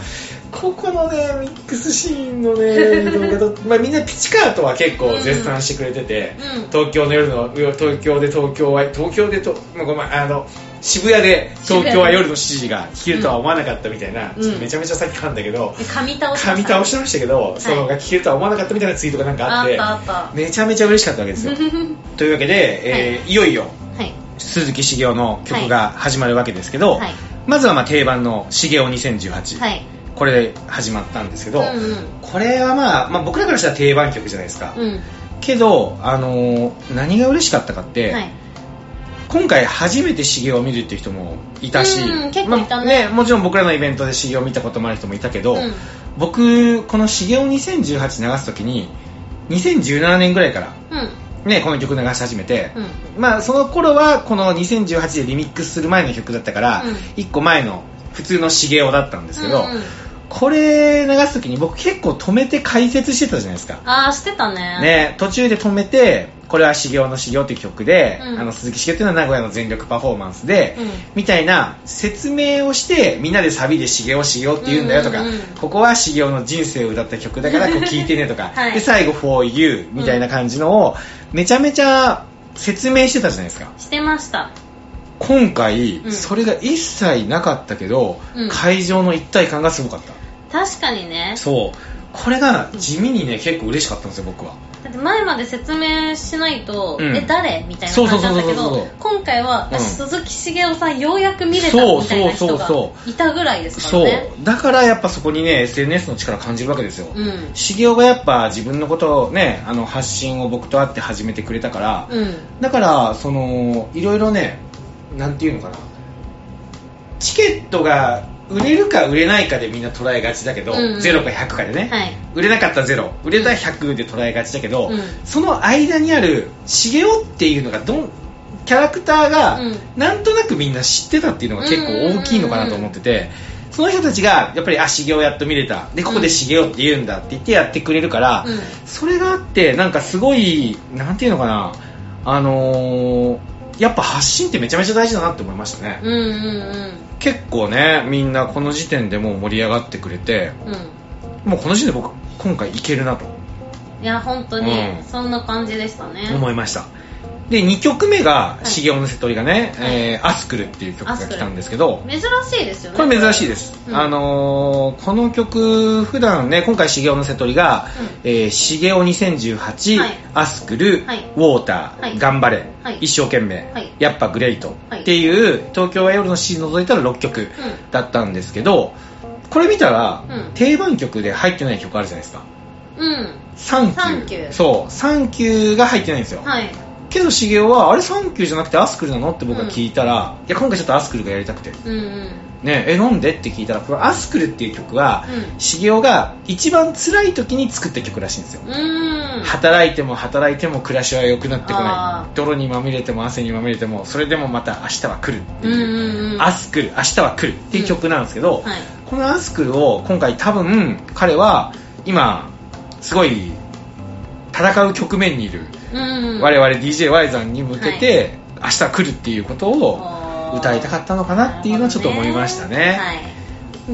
A: ここのねミックスシーンのね動画撮 ってまあみんなピチカートは結構絶賛してくれてて、
B: うん
A: 東京の夜の東京で東京は東京でとまあごめんあの渋谷で東京は夜の7時が聞けるとは思わなかったみたいな、
B: うん
A: ちょっとめちゃめちゃさっき噛んだけど、
B: 噛み倒した
A: 噛み倒してましたけど、そのが聞けるとは思わなかったみたいなツイートがなんかあ
B: あ
A: っ
B: ってたあった
A: めちゃめちゃ嬉しかったわけですよというわけで、えーい、よいよ
B: はい
A: 鈴木茂雄の曲が始まるわけですけど、
B: はい
A: まずはまあ定番の「茂雄2018、
B: はい
A: これで始まったんですけど、
B: うん
A: これはまあ、まあ、僕らからしたら定番曲じゃないですか、
B: うんうん
A: けど、あのー何が嬉しかったかって、
B: はい
A: 今回初めて茂雄を見るっていう人もいたし、
B: うん結構いたね
A: まあもちろん僕らのイベントで茂雄を見たこともある人もいたけど、
B: うん
A: 僕この「茂雄2018」流す時に2017年ぐらいから、
B: うん
A: ね、この曲流し始めて、
B: うん
A: まあその頃はこの2018でリミックスする前の曲だったから、
B: うん
A: 1個前の普通の茂雄だったんですけど、
B: うんうん
A: これ流す時に僕結構止めて解説してたじゃないですか
B: ああしてたね
A: ね、途中で止めてこれは「修行の修行」という曲で、
B: うん
A: あの鈴木茂っていうのは名古屋の全力パフォーマンスで、
B: うん
A: みたいな説明をしてみんなでサビで「修行修行」って言うんだよとか、
B: うんうんうん
A: ここは修行の人生を歌った曲だ からこう聴いてねとか、
B: はい
A: で最後「for you」みたいな感じのをめちゃめちゃ説明してたじゃないですか
B: してました
A: 今回、
B: うん
A: それが一切なかったけど、
B: うん
A: 会場の一体感がすごかった
B: 確かにね
A: そうこれが地味にね結構嬉しかったんですよ僕は
B: だって前まで説明しないと、
A: うん
B: え誰みたいな感じだった
A: そうそうそ
B: け
A: うそうそ
B: ど
A: う
B: 今回は、
A: うん
B: 鈴木茂雄さんようやく見れた
A: そう
B: みたいな人
A: そ
B: が
A: うそう
B: いたぐらいですか
A: そ
B: ら
A: う
B: ね
A: だからやっぱそこにね SNS の力感じるわけですよ、
B: うん
A: 茂雄がやっぱ自分のことをねあの発信を僕と会って始めてくれたから、
B: うん
A: だからそのいろいろねなんていうのかなチケットが売れるか売れないかでみんな捉えがちだけど、
B: うんうん
A: 0か100かでね、
B: はい
A: 売れなかったら0売れたら100で捉えがちだけど、
B: うん
A: その間にある茂雄っていうのがどんキャラクターが
B: うん
A: なんとなくみんな知ってたっていうのが結構大きいのかなと思ってて、その人たちがやっぱり「あ茂雄やっと見れた」で「ここで茂雄って言うんだ」って言ってやってくれるから、
B: うん
A: それがあってなんかすごいなんていうのかなあのーやっぱ発信ってめちゃめちゃ大事だなって思いましたね、
B: うんうん
A: 結構ねみんなこの時点でもう盛り上がってくれて
B: うんうん
A: もうこの時点で僕今回いけるなと
B: いや本当に、
A: うん
B: そんな感じでしたね
A: 思いましたで2曲目が
B: い
A: 茂雄の瀬戸りがね、
B: はい
A: えーアスクル」っていう曲が来たんですけど
B: 珍しいですよね
A: これ珍しいです、
B: うん
A: あのーこの曲普段ね今回茂雄の瀬戸りが「えー茂雄2018」
B: はい
A: アスクル」
B: はい
A: ウォーター」
B: はい
A: 頑張れ」
B: はい
A: 一生懸命」
B: はい
A: やっぱグレイト」
B: はい
A: っていう東京は夜のシーン覗いたら6曲
B: う
A: だったんですけどこれ見たら、
B: うん
A: 定番曲で入ってない曲あるじゃないですか
B: んうん
A: サンキュー
B: サンキュー
A: そうサンキューが入ってないんですよ、
B: はい
A: けど茂雄はあれサンキューじゃなくてアスクルなのって僕が聞いたら、いや今回ちょっとアスクルがやりたくて
B: うんうん
A: ねえなんでって聞いたらこのアスクルっていう曲は
B: うん
A: 茂雄、が一番辛い時に作った曲らしいんですよ、
B: うん
A: 働いても働いても暮らしは良くなってこ
B: あ
A: ない泥にまみれても汗にまみれてもそれでもまた明日は来るって
B: うん
A: いう、
B: うんうん
A: アスクル明日は来るっていう曲なんですけど、
B: はい
A: このアスクルを今回多分彼は今すごい戦う局面にいる
B: うんうん
A: 我々 DJY さんに向けて、明日来るっていうことを歌いたかったのかなっていうのはちょっと思いましたね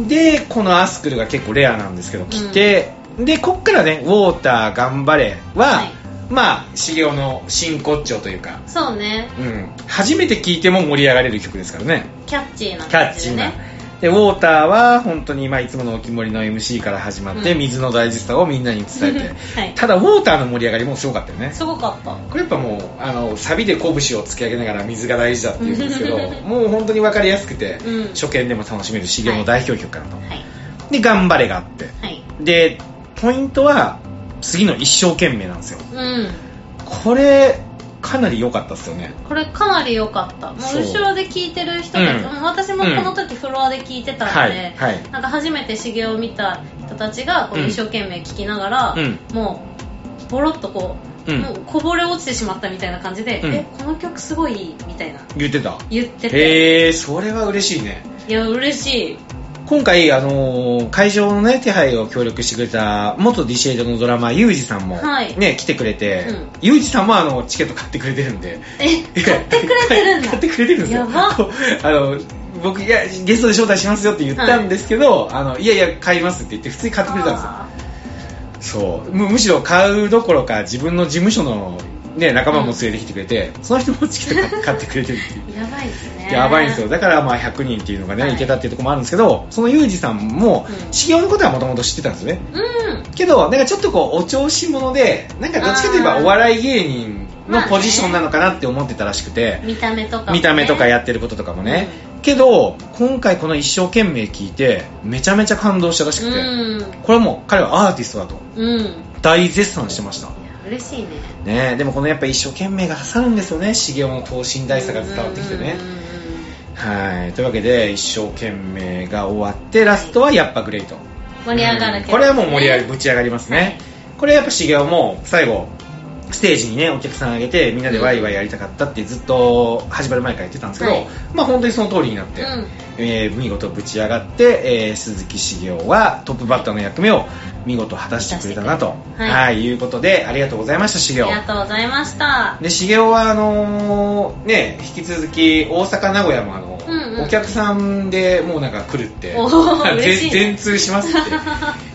A: でこのアスクルが結構レアなんですけど来て、でこっからね「ウォーター頑張れは」
B: はい
A: まあ茂雄の真骨頂というか、
B: そうね
A: うん、初めて聴いても盛り上がれる曲ですからね
B: キャッチーな
A: キャ
B: 感
A: ッチ
B: じ
A: ー
B: で
A: な、
B: ね
A: でウォーターは本当に今いつものおきもりの MC から始まって、
B: うん
A: 水の大事さをみんなに伝えて、
B: はい
A: ただウォーターの盛り上がりもすごかったよね
B: すごかった
A: これやっぱもうあのサビで拳を突き上げながら水が大事だっていうんですけど もう本当に分かりやすくて、
B: うん
A: 初見でも楽しめる茂雄の代表曲かなと、
B: はい
A: で「頑張れ」があって
B: はい
A: でポイントは次の「一生懸命」なんですよ
B: うん
A: これかなり良かったですよね
B: これかなり良かったも
A: そう
B: う後ろで聞いてる人たち、
A: うん
B: も私もこの時フロアで聞いてた
A: は
B: ん
A: い
B: で、
A: はい
B: なんか初めて茂雄を見た人たちがこう
A: うん
B: 一生懸命聞きながら、
A: うん
B: もうボロッとこう、
A: うん
B: もうこぼれ落ちてしまったみたいな感じで、
A: うん
B: えこの曲すごいいいみたいな
A: 言ってた
B: 言ってて、
A: へえそれは嬉しいね
B: いや嬉しい
A: こ今回、あのー会場のね手配を協力してくれた元ディシェイドのドラマーユージさんも、ね
B: はい
A: 来てくれて、
B: うん
A: ユージさんもあのチケット買ってくれてるんで
B: え買ってくれてるんだ
A: 買ってくれてるんですよ
B: やば
A: あの僕いやゲストで招待しますよって言ったんですけど、い、あのいやいや買いますって言って普通に買ってくれたんですよ
B: あ
A: そうむむしろ買うどころか自分の事務所の、ね、仲間も連れてきてくれて、その人もチケット買ってくれてるっていう
B: ーやばいですね
A: やばいんですよだからまあ100人っていうのがね、、
B: はいい
A: けたっていうところもあるんですけどそのユージさんも
B: うん
A: 修行のことはもともと知ってたんですよね
B: うん
A: けどなんかちょっとこうお調子者でなんかどっちかといえばお笑い芸人のポジションなのかなって思ってたらしくて、
B: 見た目とかもね、
A: 見た目とかやってることとかもね、けど今回この一生懸命聞いてめちゃめちゃ感動したらし
B: う
A: くて、
B: ん
A: これはもう彼はアーティストだと
B: うんい
A: 大絶賛してました
B: や嬉しいね
A: ねえでもこのやっぱ一生懸命が刺さるんですよね茂雄の等身大さが伝わってきてね
B: うんうんうん
A: はいというわけで一生懸命が終わってラストはやっぱグレイト
B: 盛り上がるけどね、
A: うんこれはもう盛り上がりぶち上がりますね、
B: はい
A: これやっぱ茂雄も最後ステージにねお客さんあげてみんなでワイワイやりたかったってずっと始まる前から言ってたんですけど、
B: はい
A: まあ本当にその通りになって、
B: うん
A: えー見事ぶち上がって、えー鈴木茂雄はトップバッターの役目を見事果たしてくれたなと、
B: はい
A: い、いうことでありがとうございました茂雄
B: ありがとうございました
A: で茂雄はあのーね引き続き大阪名古屋もあの、
B: うんうん
A: お客さんでもうなんか来るって
B: おー嬉し
A: 全
B: い
A: 全
B: ね
A: 通しますって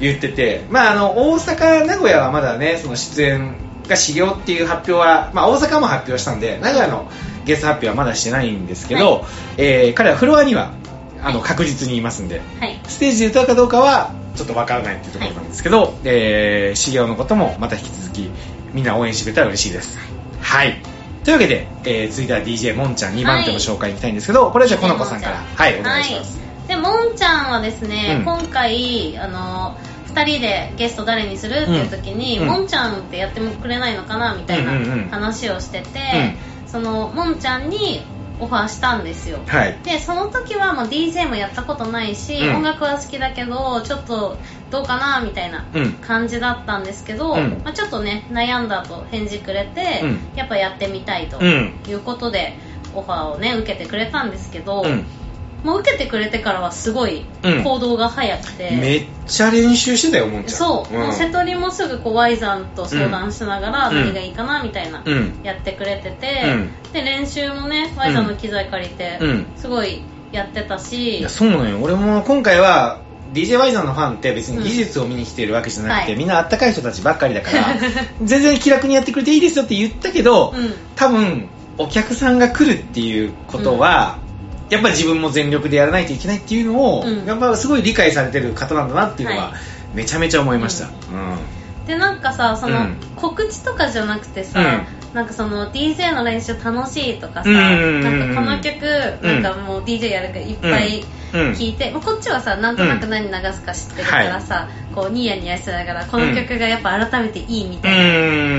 A: 言って てまああの大阪名古屋はまだねその出演が茂雄っていう発表は、まあ、大阪も発表したんで名古屋のゲスト発表はまだしてないんですけど、えー彼はフロアにはあの確実にいますんで
B: はい
A: ステージで歌うかどうかはちょっとわからないっていうところなんですけど、えー、修行のこともまた引き続きみんな応援してくれたら嬉しいです。はい。というわけで、えー、続いては DJ もんちゃん2番手の紹介に行きたいんですけど、これはじゃあこの子さんから、はい、お願いします。
B: はい、でもんちゃんはですね、
A: うん
B: 今回あの2人でゲスト誰にするっていう時に、
A: うん
B: もんちゃんってやってもくれないのかなみたい
A: うんうんうん
B: な話をしてて、そのもんちゃんにオファーしたんですよ
A: はい。
B: でその時はもう DJ もやったことないし、
A: うん
B: 音楽は好きだけどちょっとどうかなみたいな
A: うん
B: 感じだったんですけど、
A: うん
B: まあ、ちょっとね悩んだと返事くれて、
A: う
B: やっぱやってみたいと
A: うん
B: いうことで、オファーをね受けてくれたんですけど、
A: うん。
B: もう受けてくれてからはすごい
A: うん
B: 行動が早くて、
A: めっちゃ練習してたよ、もんちゃん。
B: そう、
A: ん
B: もう瀬戸利もすぐこう Y さんと相談しながら
A: うん
B: 何がいいかなみたいな、
A: うん。
B: やってくれてて、
A: う
B: で練習もね Y さんの機材借りて、
A: うん
B: すごいやってた
A: い
B: し
A: や、そうなんよ。俺も今回は、DJY さんのファンって別に技術を見に来ているわけじゃなくて、
B: うんはい
A: みんなあったかい人たちばっかりだ から、全然気楽にやってくれていいですよって言ったけど、
B: うん
A: 多分お客さんが来るっていうことは、やっぱ自分も全力でやらないといけないっていうのを、
B: うん
A: やっぱすごい理解されてる方なんだなっていうのは、
B: は
A: めちゃめちゃ思いました、うん
B: でなんかさその、
A: うん
B: 告知とかじゃなくてさ、なんかその DJ の練習楽しいとかさ、
A: うんうんうんうん
B: なんかこの曲、なんかもう DJ やるからいっぱい
A: うん
B: 聞いて、まあこっちはさなんとなく何流すか知ってるからさ、こうニヤニヤしながらこの曲がやっぱ改めていいみたいな、
A: う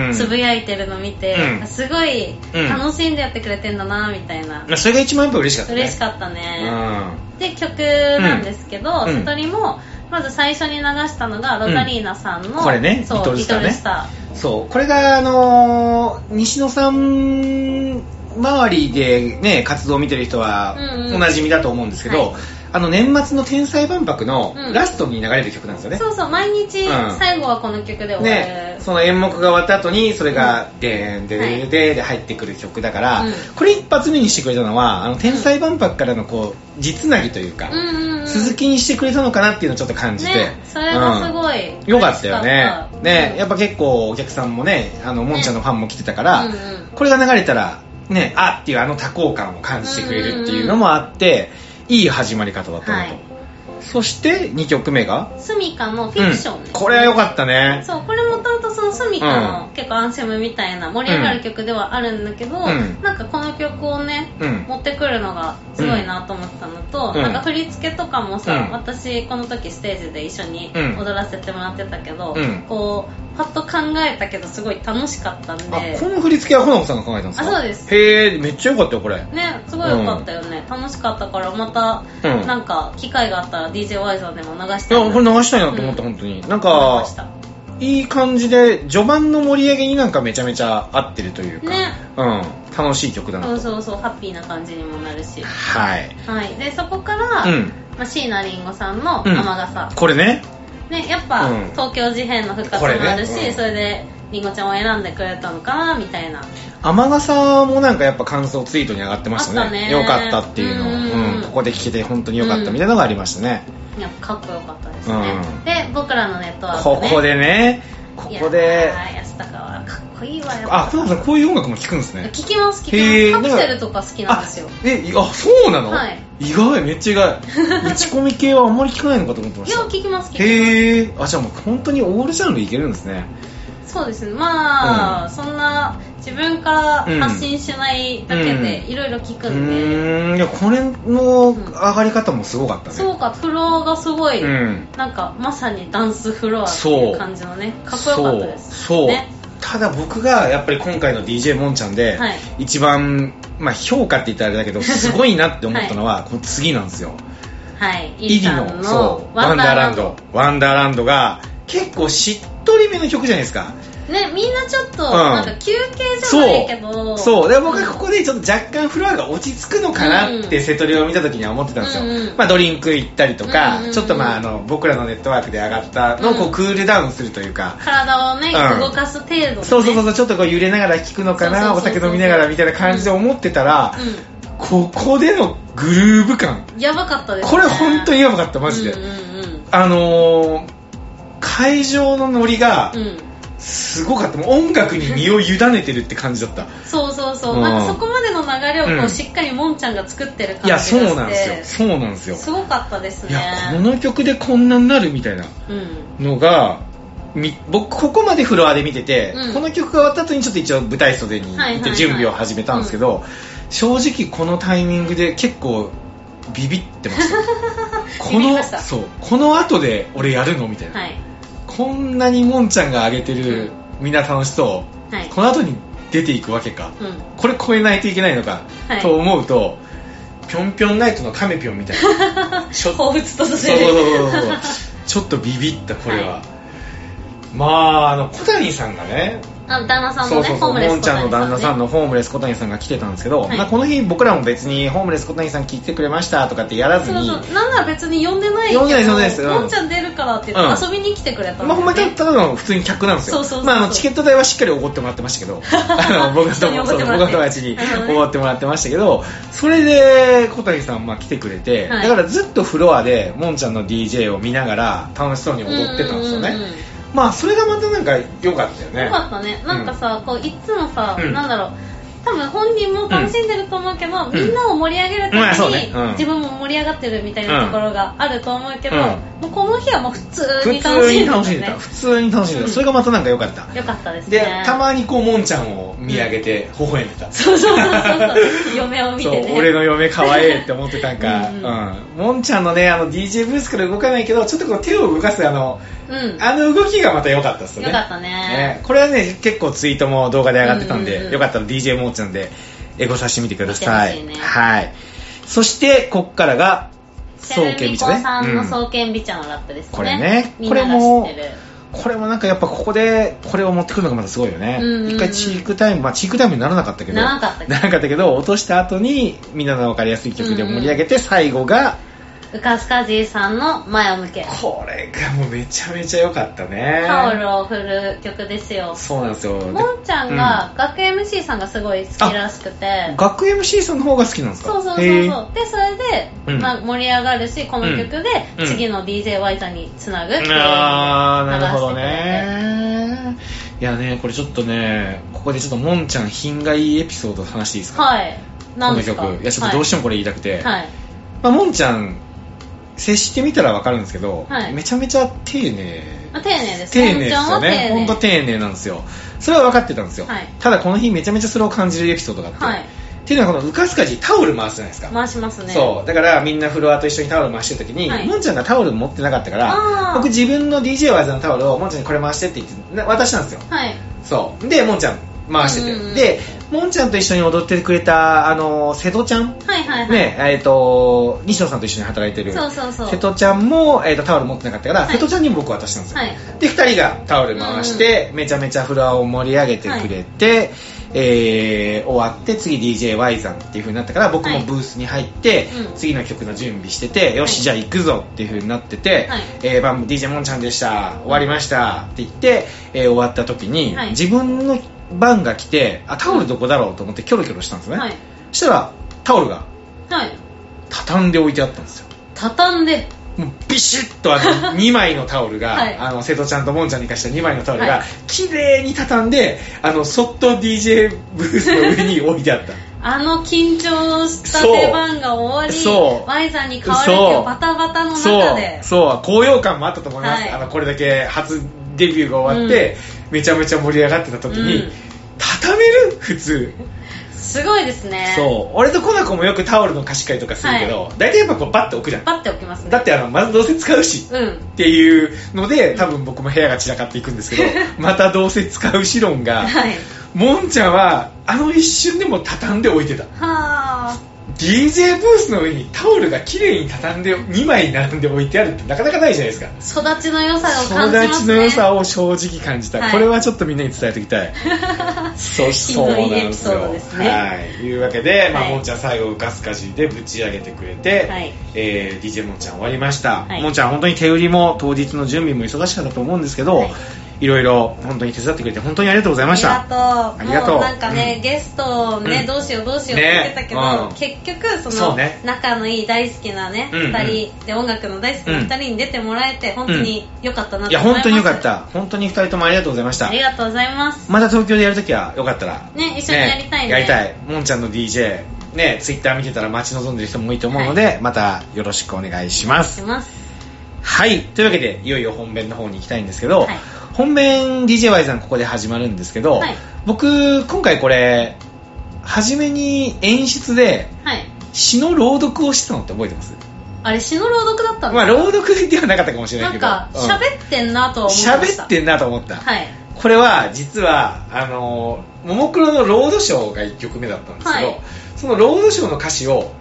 A: ん
B: つぶやいてるの見て、
A: うん
B: すごい
A: うん
B: 楽しんでやってくれてんだなみたいな、
A: まあそれが一番やっぱ嬉しかったね
B: 嬉し
A: っ
B: かった
A: た
B: ね、で曲なんですけど、
A: うん
B: セトリもまず最初に流したのがロタリーナさんの、
A: うんこれね
B: そう
A: リトルスターね
B: リトルスター
A: そうこれがあのー西野さん周りでね活動を見てる人は
B: うんうん
A: おなじみだと思うんですけど、
B: はい
A: あの年末の「天才万博」の
B: うん
A: ラストに流れる曲なんですよね、
B: そうそう毎日
A: うん
B: 最後はこの曲で終わる、
A: ね、その演目が終わった後にそれが「でんででで」で入ってくる曲だから、
B: うん
A: これ一発目にしてくれたのは「あの天才万博」からのこう実なぎというか、
B: うんうんうん、
A: 続きにしてくれたのかなっていうのをちょっと感じて、
B: ねそれがす
A: うん
B: ごい、
A: よかったよね
B: 嬉しかった
A: ね、
B: うん
A: やっぱ結構お客さんもねあのもんちゃんのファンも来てたから、
B: うんうん
A: これが流れたらねあっていうあの多幸感を感じてくれるっていうのもあって、いい始まり方だったなと、
B: はい
A: そして2曲目が
B: スミカのフィクション、
A: うん、これは良かったね
B: そうこれもともとそのスミカ
A: う
B: の結構アンセムみたいな盛り上がる曲ではあるんだけど、
A: うん
B: なんかこの曲をね、
A: うん
B: 持ってくるのがすごいなと思ったのと、
A: うん
B: なんか振り付けとかもさ、
A: うん
B: 私この時ステージで一緒に
A: うん
B: 踊らせてもらってたけど、
A: うん
B: こうパッと考えたけどすごい楽しかったんで
A: あこの振り付けはほのこさんが考えたんですか
B: あそうです
A: へえめっちゃ良かったよこれ
B: ねすごい良かったよね、楽しかったからまた、
A: うん
B: なんか機会があったら d j y さんでも流し
A: い
B: た
A: やこれ
B: な
A: 流したいなと思った、本当になん
B: 流
A: か
B: した
A: いい感じで序盤の盛り上げになんかめちゃめちゃ合ってるというか、
B: ね
A: うん楽しい曲だな
B: そ
A: と
B: うそうそうハッピーな感じにもなるし
A: はい
B: はいでそこから、
A: うん
B: まあ、椎名林檎さんの「天傘、
A: これね
B: ね、やっぱ、
A: うん
B: 東京事変の復活もあるし、
A: これねうん
B: それでりんごちゃんを選んでくれたのかなみたいな
A: 天笠もなんかやっぱ感想ツイートに上がってました
B: あった
A: ね
B: ね
A: よかったっていうのを、
B: う
A: うんんここで聞けて本当によかったみたいなのがありましたね、
B: やっぱかっこよかったですね、
A: うん
B: で僕らのネットワー
A: こ
B: ク、ね、
A: こでねこ
B: いや
A: こで
B: はい安高はかっこいいわよ
A: あ普段さんこういう音楽も聴くんですね
B: 聞きます聞
A: へ
B: き
A: ー
B: ますカプセルとか好きなんですよ
A: えあそうなの、
B: はい
A: 意外めっちゃ意 外打ち込み系はあんまり聞かないのかと思ってま
B: い
A: し
B: や
A: た
B: 聞きます聞きます
A: へえあじゃあもう本当にオールジャンルいけるんですね
B: そうですねまあ、そんな自分から発信しないだけで
A: うん
B: いろいろ聞
A: う
B: くんで、
A: ーんいやこれの上がり方もすごかったね
B: そうかフローがすごい、
A: うん
B: なんかまさにダンスフロアっていう感じのねかっこよかったです
A: そうそう、
B: ね
A: ただ僕がやっぱり今回の DJ もんちゃんで、
B: はい
A: 一番、まあ、評価って言ったらあれだ けどすごいなって思ったのは、この次なんですよ
B: はい
A: イ
B: イ
A: リ
B: リ
A: の
B: の
A: そう
B: ワ
A: ワ
B: ン
A: ン
B: ダ
A: ダ
B: ー
A: ー
B: ラ
A: ラ
B: ン
A: ン
B: ド
A: ドワンダーランドが結構しっとりめの曲じゃないですか
B: ねみんなちょっと、
A: うん
B: なんか休憩じゃないけど
A: そうで僕はここでちょっと若干フロアが落ち着くのかなって瀬戸りを見た時には思ってたんですよ、
B: うんうん
A: まあ、ドリンク行ったりとか、
B: うんうんうん
A: ちょっとまああの僕らのネットワークで上がったのをこ
B: うん
A: うクールダウンするというか、
B: 体をね、
A: うん
B: 動かす程度のね
A: そうそうそうそうちょっとこう揺れながら聞くのかな
B: そう
A: お
B: そうそう
A: 酒
B: そう
A: 飲みながらみたいな感じで思ってたら、ここでのグルーヴ感
B: うん、やばかったです、ね、
A: これ本当にやばかったマジで、
B: うんうんうん
A: あのー、会場のノリが
B: うん
A: すごかったもう音楽に身を委ねてるって感じだった
B: そうそうそう、
A: うん
B: なんかそこまでの流れをこ
A: う
B: うんしっかりもんちゃんが作ってる感
A: い
B: じが
A: や
B: して
A: そうなんですよそうなんですよ
B: すごかったですね
A: いやこの曲でこんなになるみたいな
B: うん
A: のがみ僕ここまでフロアで見てて、
B: うん
A: この曲が終わった後にちょっと一応舞台袖に
B: は
A: 行っ
B: いはいは
A: て
B: い
A: 準備を始めたんですけど、正直このタイミングで結構ビビってま したこ
B: ビビり
A: の
B: ました
A: そうこの後で俺やるのみたいな、
B: はい
A: こんなにもんちゃんが上げてる、みんな楽しそ
B: は
A: う
B: い
A: この後に出ていくわけか
B: うん
A: これ超えないといけないのか、
B: はい
A: と思うとぴょんぴょんナイトのカメぴょんみたいな ちょっと
B: 彷彿とさ
A: そ
B: せ
A: う
B: る
A: そうそうそうちょっとビビったこれは、
B: は
A: まああの小谷さんがね
B: あ旦那さん
A: そ
B: の
A: う
B: ね
A: そう
B: ホ
A: そ
B: ー
A: う
B: ムレス
A: もんちゃんの旦那さん
B: の
A: のホームレス小谷さんが来てたんですけど、
B: はい
A: まあ、この日僕らも別にホームレス小谷さん聞いてくれましたとかってやらず
B: そう
A: に
B: そうなんなら別に呼んでないけど
A: 呼んでない呼んでないですうん
B: もんちゃん出るからって言って
A: う
B: 遊びに来てくれた
A: まあ、ほんまに
B: ね
A: ただの普通に客なんですよ。
B: そうそうそう
A: まあ、あの、チケット代はしっかりおごってもらってましたけ ど、あの、僕は
B: 人におごってもらっ
A: そ
B: て
A: う僕の友達に
B: なるほどね
A: おごってもらってましたけど、それで、小谷さん、まあ、来てくれて、
B: はい
A: だからずっとフロアで、もんちゃんの DJ を見ながら、楽しそうに踊ってたんですよね。
B: うううんうん
A: まあ、それがまたなんか、良かったよね。
B: よかったねなんかさ、こういつもさ、
A: うん
B: なんだろう多分本人も楽しんでると思うけど、
A: ん
B: みんなを盛り上げるために、
A: まあそうねうん
B: 自分も盛り上がってるみたいなところがあると思うけど、
A: うん
B: もうこの日はもう普通
A: 普
B: に楽
A: 通
B: しん
A: に
B: で
A: 楽
B: た
A: しん
B: ね
A: でた。普通に楽しんでた。
B: うん
A: それがまたなんか良かった。
B: よかったですね
A: で、たまにこう、もんちゃんを見上げて、微笑んでた。
B: そうそうそう そう嫁を見て
A: そう
B: ね
A: 俺の嫁可愛いって思ってたんか
B: う
A: うんん、 もんちゃんのねあの DJ ブースから動かないけどちょっとこう手を動かすあの
B: うん
A: あの動きがまた良かったですよね
B: よかったね
A: ねこれはね結構ツイートも動画で上がってたんで、
B: うんうんうん
A: よかったら DJ もんちゃんでエゴさせてみてください
B: 見てほしいね
A: はいそしてこっからが
B: セルミコさんの
A: うん
B: 双剣美茶のラップですね、
A: これね
B: みんなが知ってる
A: これもなんかやっぱここでこれを持ってくるのがまたすごいよね、
B: うんうんうん
A: 一回チークタイムまあチークタイムにならなかったけど
B: ならなかったけど
A: ならなかったけど落とした後にみんなの分かりやすい曲で盛り上げて、最後が
B: うかすかじいさんの前を向け
A: これがもうめちゃめちゃ良かったね
B: タオルを振る曲ですよ
A: そうなんですよで
B: もんちゃんが、学園 MC さんがすごい好きらしくて
A: 学 MC さんの方が好きなんですか
B: そうそうそうそう
A: へ
B: で
A: ー
B: それで、
A: うん
B: まあ、盛り上がるしこの曲で、
A: うん
B: 次の d j ワイザにつなぐっていう
A: あーなるほど
B: 流してくれて
A: ねいやねこれちょっとねここでちょっともんちゃん品がいいエピソード話していいですか
B: はい
A: こ
B: 何
A: の
B: ですか
A: 曲いやちょっとどうしてもこれ言いたくて、
B: はい、はい、
A: まあ、もんちゃん接してみたら分かるんですけど、
B: はい
A: めちゃめちゃ丁寧
B: あ丁寧です
A: 丁寧ですよ
B: もんちゃんは
A: ね
B: 丁寧
A: ほんと丁寧なんですよそれは分かってたんですよ、
B: はい
A: ただこの日めちゃめちゃそれを感じるエピソードがあって、
B: はい
A: っていうのはこのうかすかじタオル回すじゃないですか、
B: 回しますね
A: そうだからみんなフロアと一緒にタオル回してる時に、
B: はい
A: もんちゃんがタオル持ってなかったか
B: あー
A: ら僕自分の DJ 技のタオルをもんちゃんにこれ回してって言ってな渡したんですよ
B: はい
A: そうでもんちゃん回してて、
B: うんうんうん
A: でもんちゃんと一緒に踊ってくれたあの瀬戸ちゃん
B: はいはいはい、
A: ねえっ、と西野さんと一緒に働いてる
B: そうそうそう
A: 瀬戸ちゃんも、えーとタオル持ってなかったから、
B: はい
A: 瀬戸ちゃんにも僕渡したんですよ、
B: はい
A: で2人がタオル回して、めちゃめちゃフロアを盛り上げてくれて、えー終わって次 DJY さんっていう風になったから僕もブースに入って、
B: うん
A: 次の曲の準備してて、よ
B: は
A: し
B: い
A: じゃあ行くぞっていう風になってて、
B: はい
A: えーまあ DJ もんちゃんでした終わりましたって言って、えー終わった時に、
B: はい
A: 自分の番が来てあタオルどこだろうと思ってキョロキョロしたんですね、
B: はい
A: そしたらタオルが
B: はい
A: 畳んで置いてあったんですよ
B: 畳んで
A: もうビシッとあ の2枚のタオルが、
B: はい
A: あの瀬戸ちゃんともんちゃんに貸した2枚のタオル
B: は
A: が
B: い
A: 綺麗に畳んであのそっと DJ ブースの上に置いてあった
B: あの緊張した出番が終わり
A: そう
B: Y さんに買われてバタバタの
A: そう
B: 中で
A: そう高揚感もあったと思います、
B: はい
A: あのこれだけ初デビューが終わって、めちゃめちゃ盛り上がってた時に、
B: うん
A: 畳める普通、
B: すごいですね
A: そう俺とコナコもよくタオルの貸し替えとかするけど、大体やっぱこうバッと置くじゃん
B: パッて置きますね
A: だってあのまずどうせ使うし
B: うん
A: っていうので多分僕も部屋が散らかっていくんですけ どまたどうせ使うシロンが
B: はい
A: もんちゃんはあの一瞬でも畳んで置いてた
B: はあ
A: DJ ブースの上にタオルが綺麗に畳んで2枚並んで置いてあるってなかなかないじゃないですか
B: 育ちの良さを感じま
A: 育ち
B: す
A: の
B: ね
A: 良さを正直感じた、
B: はい
A: これはちょっとみんなに伝えておきた いそう
B: 品
A: そう
B: の
A: ないん
B: いエ
A: で
B: ピ
A: す
B: ソー
A: よ
B: ドですね
A: はいいうわけで、まあ
B: はい
A: もんちゃん最後ガスカジでぶち上げてくれて、
B: はい
A: えー DJ もんちゃん終わりました、
B: はい
A: もんちゃん本当に手売りも当日の準備も忙しかったと思うんですけど、
B: はい
A: いろいろ本当に手伝ってくれて本当にありがとうございました
B: ありがとう
A: ありがとう
B: もうなんかね、
A: うん
B: ゲストをね、
A: うん
B: どうしようどうしようって言ってたけど、
A: ねうん
B: 結局その
A: そうね
B: 仲のいい大好きなね、
A: うんうん
B: 2人で音楽の大好きな2人に出てもらえて、本当に良かったなっ
A: い
B: て
A: や
B: 思いま
A: 本当
B: す
A: によかった本当に2人ともありがとうございました
B: ありがとうございます
A: また東京でやるときはよかったら
B: ね一緒にやりたいね
A: やりたいもんちゃんの DJ ねツイッター見てたら待ち望んでる人も多いと思うので、またよろしくお願いしま
B: し
A: す
B: ます
A: はいというわけでいよいよ本編の方に行きたいんですけど、
B: はい
A: 本編 DJY さんここで始まるんですけど、
B: はい
A: 僕今回これ初めに演出で
B: はい
A: 詩の朗読をしてたのって覚えてます
B: あれ詩の朗読だったん
A: ま
B: だ、
A: あ朗読ではなかったかもしれな
B: な
A: け
B: いん
A: ど
B: か
A: うん
B: 喋ってんなとは思いました
A: 喋ってんなと思った、
B: はい
A: これは実はあのももクロのロードショーが1曲目だったんですけど、
B: はい
A: そのロードショーの歌詞を語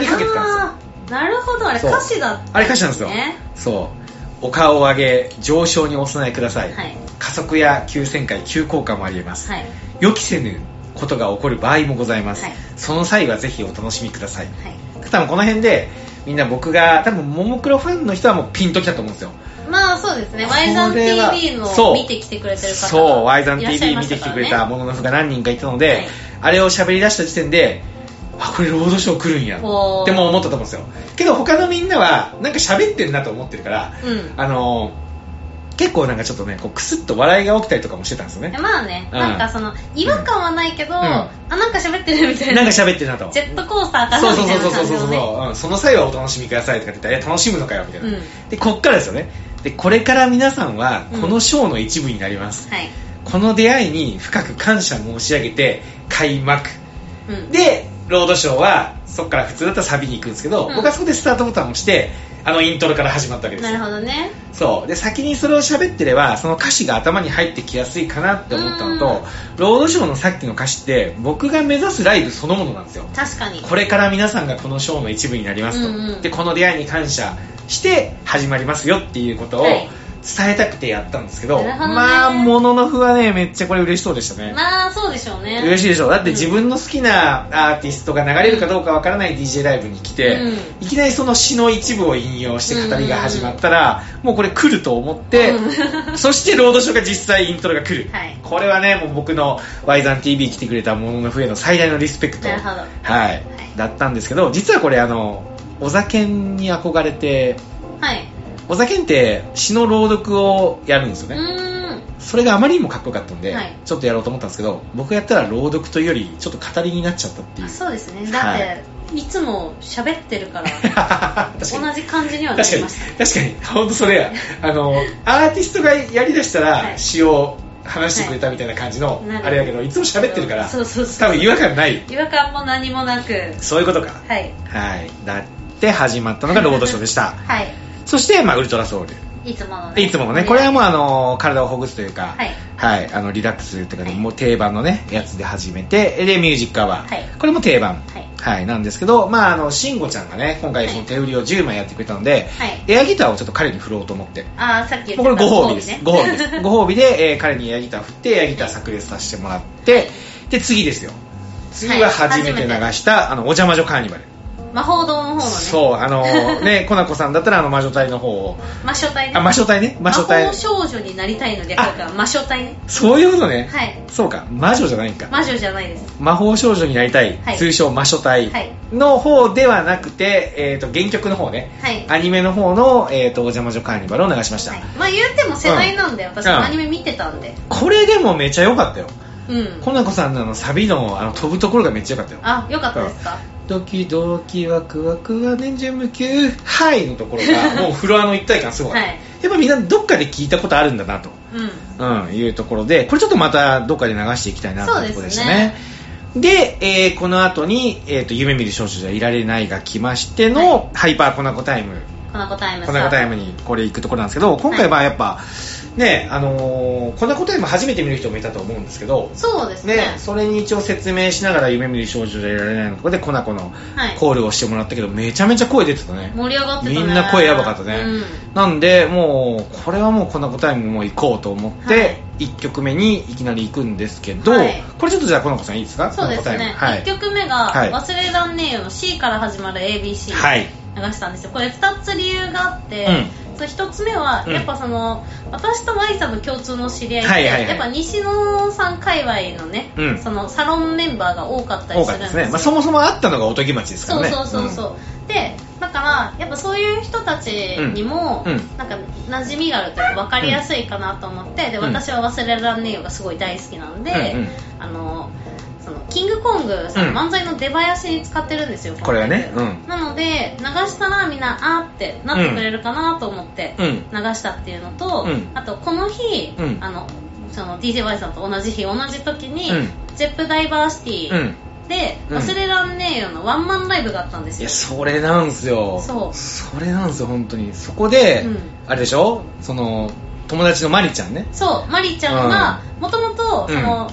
A: りかけてたん
B: あーなるほどあれ
A: そう
B: 歌詞だったんですね
A: あれ歌詞なんですよですよそうお顔を上げ上昇にお備えください、
B: はい
A: 加速や急旋回急降下もありえます、
B: はい
A: 予期せぬことが起こる場合もございます、
B: はい
A: その際はぜひお楽しみください
B: はい
A: 多分この辺でみんな僕が多分ももクロファンの人はもうピンときたと思うんですよ
B: まあそうですね
A: これ
B: y ザン
A: は
B: TV
A: そ
B: の
A: う
B: 見てきてくれてる方
A: そう、
B: が
A: Y ザン
B: いらっしゃい
A: TV
B: ま
A: 見
B: してた
A: き
B: か
A: てく
B: らね
A: れたもののふが何人かいたので、
B: はい
A: あれを喋り出した時点で、あ、これロードショー来るんや、って
B: おー
A: も思ったと思うんですよ。けど他のみんなは、なんか喋ってんなと思ってるから、
B: うん
A: あのー結構なんかちょっとね、こうクスッと笑いが起きたりとかもしてたんですよね。
B: まあね、
A: うん
B: なんかその違和感はないけど、
A: うん
B: あなんか喋ってるみたい
A: な
B: なん
A: か喋ってる なと。
B: ジェットコースターか
A: そ
B: な
A: う
B: み
A: そう
B: たい
A: そ
B: な
A: うそうそうそ
B: 感じの
A: う、
B: ね
A: うん、その際はお楽しみくださいとかって言ったら、いや、楽しむのかよ、みたいな。
B: うん
A: で、こっからですよね。で、これから皆さんは、このショーの一部になります。
B: はい、
A: この出会いに深く感謝申し上げて開幕
B: うん、
A: でロードショーはそこから普通だったらサビに行くんですけど、
B: うん
A: 僕はそこでスタートボタンを押してあのイントロから始まったわけです
B: なる
A: よ
B: ほどね
A: そうで先にそれを喋ってればその歌詞が頭に入ってきやすいかなって思ったのとロードショーのさっきの歌詞って僕が目指すライブそのものなんですよ
B: 確かに
A: これから皆さんがこのショーの一部になりますと、
B: うんうん
A: でこの出会いに感謝して始まりますよっていうことを
B: はい
A: 伝えたくてやったんですけど、
B: なるほどね
A: まあもののふはねめっちゃこれ嬉しそうでしたね、
B: まあそうでしょうね
A: 嬉しいでしょだって自分の好きなアーティストが流れるかどうかわからない DJ ライブに来て、
B: う
A: いきなりその詩の一部を引用して語りが始まったら、もうこれ来ると思って、そしてロードショーが実際イントロが来る、
B: はい
A: これはねもう僕の y ザン t v 来てくれたものの笛の最大のリスペクト
B: なるほど
A: はい、だったんですけど実はこれあのお酒に憧れて
B: はい
A: お酒って詩の朗読をやるんですよ
B: う
A: ね、
B: ーん
A: それがあまりにもかっこよかったんで、
B: はい
A: ちょっとやろうと思ったんですけど僕やったら朗読というよりちょっと語りになっちゃったっていう
B: あそうですねだって、、
A: はい
B: つも喋ってるから
A: 確かに
B: 同じ感じにはな
A: 確か
B: り
A: に
B: ました
A: 確かに本当そ れやあのアーティストがやりだした
B: は
A: ら
B: い
A: 詩を話してくれたみたいな感じの、
B: はいなるほど
A: あれやけどいつも喋ってるから
B: そうそうそう
A: 多分違和感ない
B: 違和感も何もなく
A: そういうことか
B: はい
A: はいだって始まったのがロードショーでした
B: はい
A: そして、まあ、ウルトラソウル
B: いつもの
A: いつものね、これはもうあの体をほぐすというか、
B: はい
A: あのリラックスというか、
B: はい
A: もう定番のね、やつで始めて、で、ミュージックアワー、
B: はい
A: これも定番、
B: はい
A: なんですけど、まあ、あの、慎吾ちゃんがね、今回その手売りを10枚やってくれたので、
B: はい
A: エアギターをちょっと彼に振ろうと思って、
B: ああさっき言って
A: も
B: た
A: うこれご褒美です。ご
B: ね
A: 褒美で す。ご褒美で、えー彼にエアギター振って、エアギター炸裂させてもらって、で、次ですよ。次は初めて流した、あの、お邪魔女カーニバル。
B: 魔法堂の方のね
A: そう、あのーね、コナコさんだったらあの魔女隊の方を、
B: 魔女隊ね
A: あ、魔女隊ね、魔女
B: 魔
A: 隊
B: 法。少女になりたいの略だから魔女隊ね
A: そういうことね。
B: はい
A: そうか、魔女じゃないんか。
B: 魔女じゃないです
A: 魔法少女になりたい、
B: はい
A: 通称魔女隊
B: はい
A: の方ではなくて、えっ、と、原曲の方ね、
B: はい
A: アニメの方の、えっ、と、お邪魔女カーニバルを流しました。
B: はいまあ言うても世代なんで、私
A: うん
B: アニメ見てたんで
A: これでもめちゃ良かったよ。
B: うん
A: コナコさんのあのサビのあの飛ぶところがめっちゃ良かったよ。
B: あよかったですか
A: ドキドキワクワクは年中無休はいのところがもうフロアの一体感すごかった、
B: はい
A: やっぱみんなどっかで聞いたことあるんだなと、
B: うん
A: うん、いうところでこれちょっとまたどっかで流していきたいなというところでしたねでえーこの後に、えーと「夢見る少女じゃいられない」が来ましての、ハイパーコナコタイム
B: コナコタイム
A: コナコタイムにこれ行くところなんですけど今回はやっぱ、ねあのーコナコタイム初めて見る人もいたと思うんですけど
B: そうですね
A: ね、それに一応説明しながら夢見る少女じゃいられないのとこでコナコの
B: はい
A: コールをしてもらったけどめちゃめちゃ声出てたね
B: 盛り上がってた
A: み
B: ね
A: んな声やばかったね、
B: うん
A: なんでもうこれはもうコナコタイムもう行こうと思っ
B: はい
A: て、一1曲目にいきなり行くんですけど、
B: はい
A: これちょっとじゃあコナコさんいいですか
B: そうです
A: コナ
B: ね、
A: コタイム
B: 1曲目が「
A: はい
B: 忘れらんねえよ」の C から始まる ABC
A: はい、はい、
B: 流したんですよこれ2つ理由があって、
A: うん
B: その1つ目は、
A: うん
B: やっぱその私と Y さんの共通の知り合いで、
A: はいはいはい
B: やっぱ西野さん界隈のね、
A: うん
B: そのサロンメンバーが多かったり
A: 多
B: す
A: か
B: る
A: っ
B: ん
A: たです
B: で
A: す
B: よ
A: ね、まあ、そもそもあったのがおとぎ町ですか
B: そ
A: らね
B: うそうそうそう、でだからやっぱそういう人たちにも、
A: うんうん
B: なんか馴染みがあるというか分かりやすいかなと思って、で
A: うん
B: 私は「忘れらんねえよ」がすごい大好きなんで、
A: うんうん
B: あのそのキングコングさ
A: う
B: ん、
A: ん
B: 漫才の出囃子に使ってるんですよ
A: うんこれはねうん
B: なので流したらみんなあーってなってくれるかなと思って
A: うん
B: 流したっていうのと、
A: うん
B: あとこの日、
A: うん
B: あのその DJY さんと同じ日同じ時に、
A: うん
B: ジェップダイバーシティ、
A: うん
B: で「
A: うん
B: 忘れらんねえよ」のワンマンライブがあったんです
A: いや
B: よ
A: それなんですよ
B: そう
A: それなんですよ本当にそこで、
B: うん
A: あれでしょその友達のマリちゃんね
B: そうマリちゃんがもともと
A: うん
B: その、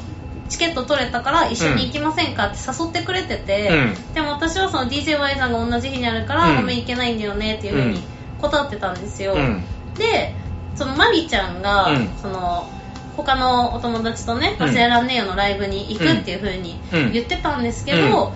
B: チケット取れたから一緒に行きませんかって誘ってくれてて、
A: うん
B: でも私はその DJY さんが同じ日にあるから、
A: うん
B: ごめん行けないんだよねっていうふうに断ってたんですよ、
A: うん
B: でそのマリちゃんが、
A: うん
B: その他のお友達とね「
A: うん
B: 忘れらんねえよ」のライブに行くっていう風に
A: うん
B: 言ってたんですけど、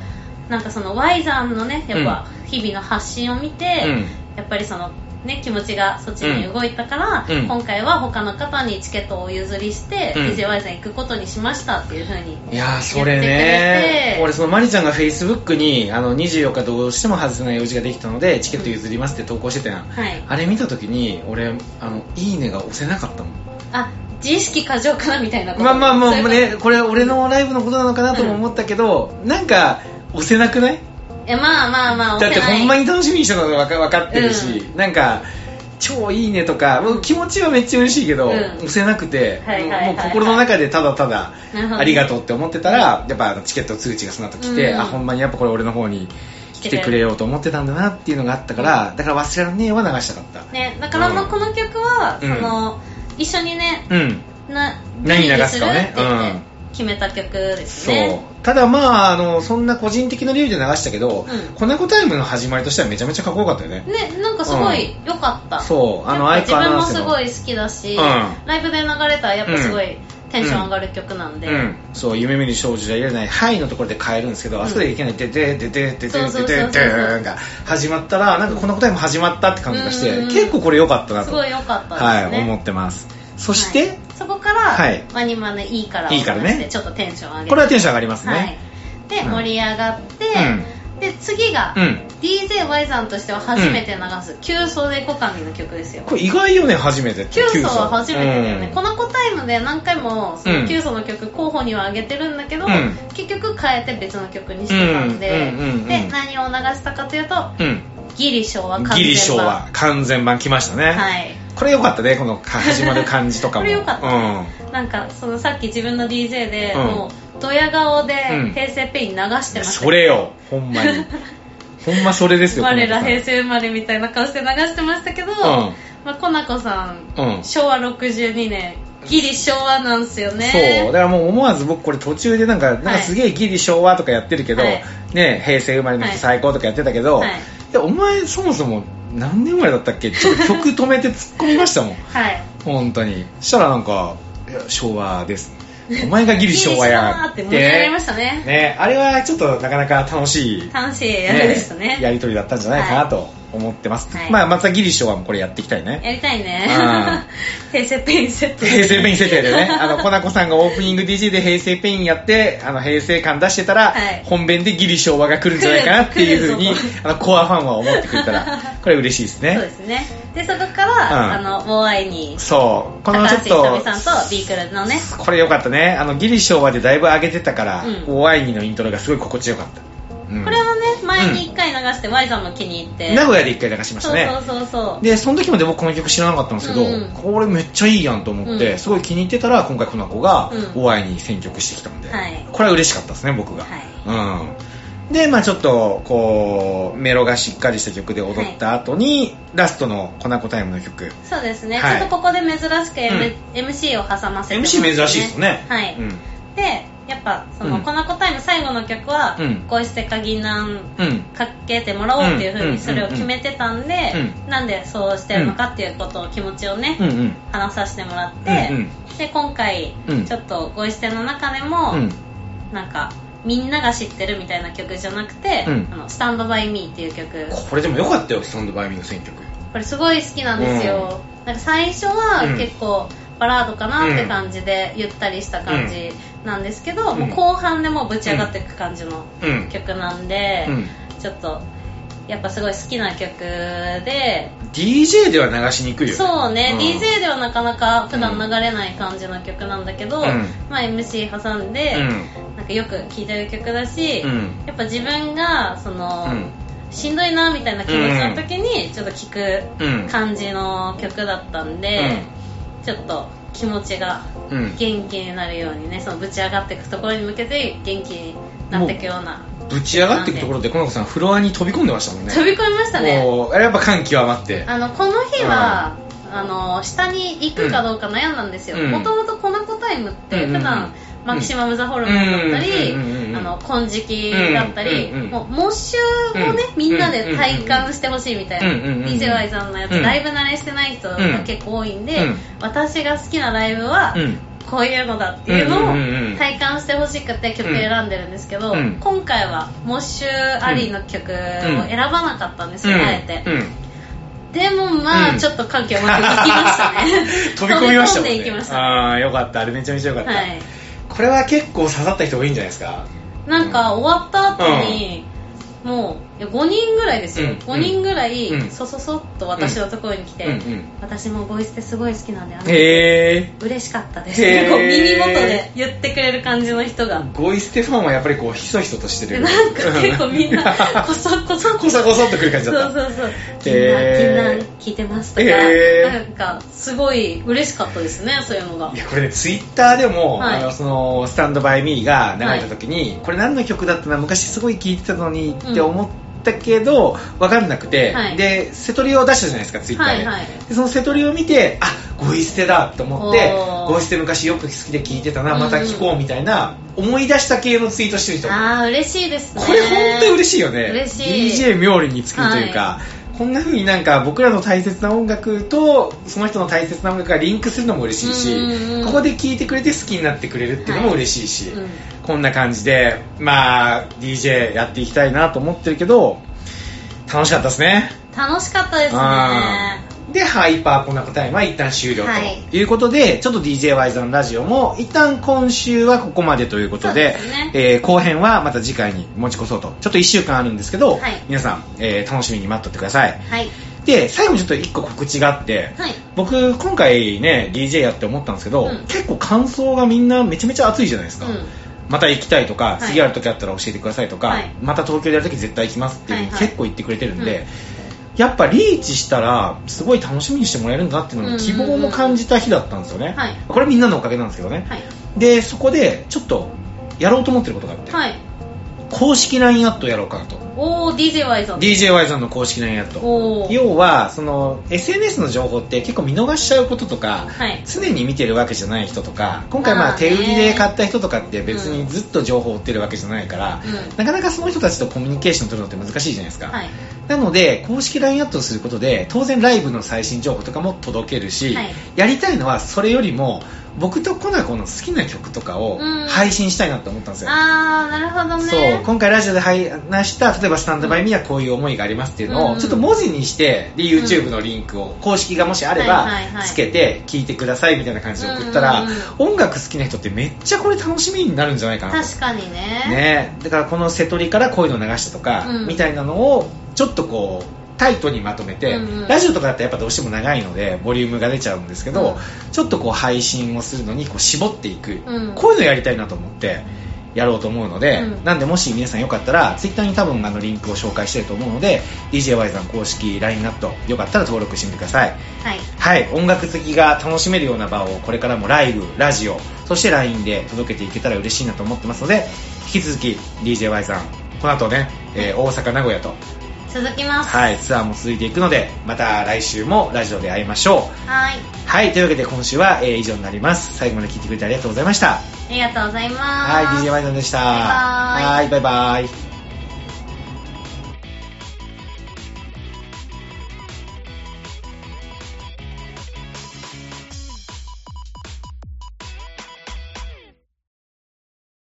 B: なんかその Y さんのねやっぱ日々の発信を見て、
A: うん
B: やっぱりその。ね、気持ちがそっちに動いたから、
A: うん
B: 今回は他の方にチケットをお譲りして、
A: うん
B: DJY さん行くことにしましたっていう風に
A: いやーそれね
B: 言ってくれて
A: 俺そのマリちゃんがフェイスブックにあの24日どうしても外せない用事ができたのでチケット譲りますって投稿してたやん、
B: はい
A: あれ見た時に俺あのいいねが押せなかったもん
B: あ自意識過剰かなみたいなとこ
A: まあまあま
B: そうい
A: あ
B: うこ
A: ねこれ俺のライブのことなのかなとも思ったけど、なんか押せなくない
B: といやまあまあまあ
A: だってほんま
B: に
A: に楽しみにしてたのが分か分かってるし、なんか超いいねとかもう気持ちはめっちゃ嬉しいけど、
B: うん
A: 押せなくて、
B: はいはいはいはい
A: もう心の中でただただ
B: なるほど
A: ありがとうって思ってたらやっぱあのチケット通知がその後来て、
B: うん
A: あほんまにやっぱこれ俺の方に来てくれようと思ってたんだなっていうのがあったからだから忘れらんねえは流したかった、
B: ね、だからまあ
A: うん
B: この曲は、
A: うん
B: その一緒にね、
A: うん
B: な
A: 何
B: に
A: 流
B: す
A: す
B: る
A: かをね
B: って言って
A: うん
B: 決めた曲です
A: そう、
B: ね。
A: ただまああのそんな個人的な理由で流したけど、
B: うん
A: コナコタイムの始まりとしてはめちゃめちゃかっこよかったよね
B: ね、なんかすごい良かった。
A: そうあの
B: やっぱ
A: 相川
B: 自分も
A: 七瀬
B: す
A: の
B: ごい好きだし、
A: うん
B: ライブで流れたらやっぱすごいテンション上がる曲なんで。
A: うん、そう夢見る少女じゃいられない「はい」のところで変えるんですけど、あそこでいきなり「ででででででで
B: そうそうそうそう
A: ででで」が始まったらなんかこんな答えも始まったって感じがして、
B: うんうんうん
A: 結構これ良かったな
B: す
A: と
B: ごい良かったですね。
A: はい、思ってますそして、
B: はいそこから、
A: はい
B: マニマのいいからを
A: いいからね
B: 流してちょっとテンション上げて。
A: これはテンション上がりますね、
B: はい。で、
A: うん
B: 盛り上がって、で、次が、
A: うん、うん、
B: DJY さんとしては初めて流す、急走でコカミの曲ですよ。
A: これ意外よね初めてって
B: キュウソは初めてだよね、
A: うん
B: この子タイムで何回もそうの
A: ん
B: キュウソの曲候補には挙げてるんだけど、
A: うん
B: 結局変えて別の曲にしてたんで、
A: うんうんうんうん
B: で何を流したかというと
A: うん
B: ギリショーは完全版
A: ギリショーは完全版来ましたね、
B: はい
A: これ良かったねこのか始まる感じとかも
B: これ良かった
A: うん
B: なんかそのさっき自分の DJ で、
A: うん
B: もうドヤ顔で
A: うん
B: 平成ペイン流してました、
A: それよほんまにほんまそれですよ
B: 我ら平
A: 成
B: 成生まれみたいな顔して流してましたけど、
A: うん
B: ままあ、コナコさん、
A: うん
B: 昭和62年ギリ昭和なんすよね
A: そうだからもう思わず僕これ途中でなんかなんかすげえギリ昭和とかやってるけど、
B: はい
A: ね、平成生まれの人最高とかやってたけど、
B: はい
A: いやお前そもそも何年生まれだったっけちょっと曲止めて突っ込みましたもん
B: はい
A: 本当にそしたらなんかいや昭和ですお前がギリ昭和やが
B: ギリ昭和って盛り上がりましたね
A: ねあれはちょっとなかなか楽しい
B: 楽しいやつでしたね
A: やり取りだったんじゃないかなと思ってます、
B: はい
A: まあまたギリ昭和もこれやっていきたいね
B: やりたいね
A: あ
B: 平成ペインセット
A: 平成ペイン設定でね、あの、コナコさんがオープニング DJ で平成ペインやって、あの、平成感出してたら、
B: はい
A: 本編でギリ昭和が来るんじゃないかなっていうふう に
B: 来るぞ、
A: あの、コアファンは思ってくれた ら、これ嬉しいです
B: そうで
A: ね。
B: すねでそこから、
A: うん
B: あのモアイに
A: そう。こ
B: 高
A: のち
B: 橋
A: ょっ
B: ひとみさ
A: と
B: ん、とビークルのね
A: これ良かったね。あの、ギリ昭和でだいぶ上げてたから
B: うん、
A: お会いにのイントロがすごい心地よかった。うん
B: これはね前に1回流して Y さんも気に入って、
A: 名古屋で一回流しまし
B: そ
A: た
B: う
A: ね。
B: そうそうそう
A: で、その時まで僕この曲知らなかったんですけど、
B: うん
A: これめっちゃいいやんと思って、
B: うん
A: すごい気に入ってたら、今回この子が
B: うん
A: お会いに選曲してきたんで、
B: はい
A: これは嬉しかったですね、僕が。うん。で、まあちょっと、こう、メロがしっかりした曲で踊った後に、ラストのコナコタイムの曲。
B: そうですね、
A: はい
B: ちょっとここで珍しく、M MC を挟ませてもらって
A: MC 珍しいですよね。
B: はい、
A: うん。
B: でやっぱその、
A: うん
B: この子タイム最後の曲は、
A: うん
B: こうして鍵なん
A: うん。
B: かけてもらおうっていう風
A: う
B: に
A: ん
B: それを決めてたんで、
A: う
B: なんでそうしてるのかっていうことを気持ちをね、
A: うんうん。
B: 話させてもらって、
A: うん
B: で今回、
A: うん
B: ちょっと「ごいして」の中でも、
A: うん。
B: なんかみんなが知ってるみたいな曲じゃなくて「
A: うん
B: あのスタンドバイミーっていう曲
A: これでも良かったよ、スタンドバイミーの選曲。
B: これすごい好きなんですよ、なんか最初は
A: うん
B: 結構バラードかなって感じでゆったりした感じなんですけど、
A: うん
B: もう後半でもうぶち上がっていく感じの
A: うん。
B: 曲なんで、
A: うん。
B: ちょっとやっぱすごい好きな曲で
A: DJ では流しにくいよね。
B: そうね、
A: うん
B: DJ ではなかなか普段流れない感じの曲なんだけど、
A: うん
B: まあ、MC 挟んで、なんかよく聴いてる曲だし、
A: うん。うん。
B: やっぱ自分がその、
A: うん。
B: しんどいなみたいな気持ちの時にちょっと聴く
A: うん。
B: 感じの曲だったんで、ちょっと気持ちが
A: うん。うん
B: 元気になるようにねそのぶち上がっていくところに向けて元気になっていくような
A: ぶち上がっていくところで、この子さんフロアに飛び込んでましたもんね。
B: 飛び込みましたね
A: もうあれやっぱ感極まって。
B: あのこの日は、あの下に行くかどうか悩んだんですよ
A: うん
B: もともと「この子タイム」って
A: うん
B: 普段、マキシマム・ザ・ホルモンだったり、
A: うんうんうんうん
B: あの金色だったり、
A: うんうんうん
B: もうモッシュをね、
A: うん
B: みんなで体感してほしいみたいな、
A: うんうんうんうん
B: DJY さんのやつ、
A: うん
B: ライブ慣れしてない人が結構多いんで、
A: うん
B: 私が好きなライブは、
A: うん。
B: こういうのだっていうの
A: うんうんうんう
B: を
A: ん
B: 体感してほしくて曲選んでるんですけど、
A: うん
B: 今回はモッシュありの曲を選ばなかったんですよ、あえて、
A: うん。
B: でもまあ、
A: うん
B: ちょっと感極まっていきましたね
A: 飛び込みましたもん、
B: 飛
A: ね。
B: び込んでいきました
A: ああ、よかった。あれめちゃめちゃよかった。
B: はい
A: これは結構刺さった人多いんじゃないですか。
B: なんか終わった後に、もういや5人ぐらいですよ、
A: うん
B: 5人ぐらい、
A: うん
B: そそそっと私のところに来て、
A: うんうん
B: 私もボイスってすごい好きなんであの
A: へえ。
B: 嬉しかったです、
A: へー
B: こう耳元で言ってくれる感じの人が
A: ゴイステファンはやっぱりこう、ひそひそとして
B: で
A: る。
B: なんか結構みんなこそこ そ
A: こそこそっと来る感じ
B: そう
A: だった。
B: そうそう「ぎんな
A: へー
B: ん聞いてます」とか、
A: へー
B: なんかすごい嬉しかったですねそういうのが
A: いやこれねツイッターでも、
B: はい
A: あのそのスタンドバイミーが流れた時に、これ何の曲だったな昔すごい聴いてたのにって思ったけど、分かんなくて、
B: はい
A: で瀬戸りを出したじゃないですかツイッターで,、
B: はいはい
A: でその瀬戸りを見てあゴイ捨てだと思って
B: おー
A: ゴイ捨て昔よく好きで聴いてたなまた聴こうみたいな、思い出した系のツイートしてる人
B: ああ嬉しいですね
A: これ本当に嬉しいよね
B: 嬉しい
A: DJ 冥利に尽きるというか、こんな風になんか僕らの大切な音楽とその人の大切な音楽がリンクするのも嬉しい
B: うんうんう
A: し
B: ん
A: ここで聴いてくれて好きになってくれるっていうのも嬉しいし、
B: うん
A: こんな感じでまあ DJ やっていきたいなと思ってるけど楽しかったですね
B: 楽しかったですね
A: うんで、ハイパーコナコタイムは一旦終了
B: はい
A: ということで、ちょっと d j y ザのラジオも一旦今週はここまでということで
B: そうですね
A: えー後編はまた次回に持ち越そうとちょっと1週間あるんですけど、
B: はい
A: 皆さん、えー楽しみに待っとってください
B: はい
A: で最後にちょっと1個告知があって、
B: はい
A: 僕今回ね DJ やって思ったんですけど、
B: うん
A: 結構感想がみんなめちゃめちゃ熱いじゃないですか、
B: うん
A: また行きたいとか、
B: い
A: 次ある時あったら教えてくださいとか、
B: はい
A: また東京でやる時絶対行きますっていうのを
B: はいはい
A: 結構言ってくれてるんで、
B: うん
A: やっぱリーチしたらすごい楽しみにしてもらえるんだっていうのも希望も感じた日だったんですよね、
B: はい
A: これみんなのおかげなんですけどね、
B: はい
A: でそこでちょっとやろうと思ってることがあって、
B: はい
A: 公式 LINE アットをやろうかなと
B: おお DJY さん
A: DJY さんの公式なんやと
B: おー
A: 要はその SNS の情報って結構見逃しちゃうこととか、
B: はい
A: 常に見てるわけじゃない人とか今回
B: ま
A: ま
B: あ
A: あ
B: ね
A: 手売りで買った人とかって別
B: う
A: に
B: ん
A: ずっと情報を追ってるわけじゃないから、
B: うん
A: なかなかその人たちとコミュニケーション取るのって難しいじゃないですか、
B: はい
A: なので公式 LINE アットをすることで当然ライブの最新情報とかも届けるし、
B: はい
A: やりたいのはそれよりも僕とコナコの好きな曲とかを
B: うん
A: 配信したいなと思ったんですよ、
B: ああなるほどね
A: そう今回ラジオで話した例えば「スタンドバイミーはこういう思いがありますっていうのを、
B: うん
A: ちょっと文字にしてで YouTube のリンクを公式がもしあれば
B: はいはいはい
A: つけて聞いてくださいみたいな感じで送ったら、
B: うんうん
A: 音楽好きな人ってめっちゃこれ楽しみになるんじゃないかなと
B: 確かにね
A: ねだからこの瀬戸りからこういうの流したとか、
B: うん
A: みたいなのをちょっとこうタイトにまとめて、
B: うんうん
A: ラジオとかだってやっぱどうしても長いのでボリュームが出ちゃうんですけど、ちょっとこう配信をするのにこう絞っていく、
B: うん
A: こういうのやりたいなと思ってやろうと思うので、
B: うん
A: なんでもし皆さんよかったらツイッターに多分あのリンクを紹介してると思うので DJY さん公式 LINE ナットよかったら登録してみてください
B: はい
A: はい音楽好きが楽しめるような場をこれからもライブラジオそして LINE で届けていけたら嬉しいなと思ってますので引き続き DJY さんこの後ね、えー大阪名古屋と、
B: 続きますは
A: はい、ツアーも続いていくのでまた来週もラジオで会いましょう
B: い
A: はいというわけで今週は、えー以上になります最後まで聞いてくれてありがとうございました
B: ありがとうございます
A: はい DJY さんでした
B: バイバイ
A: はいバイバイ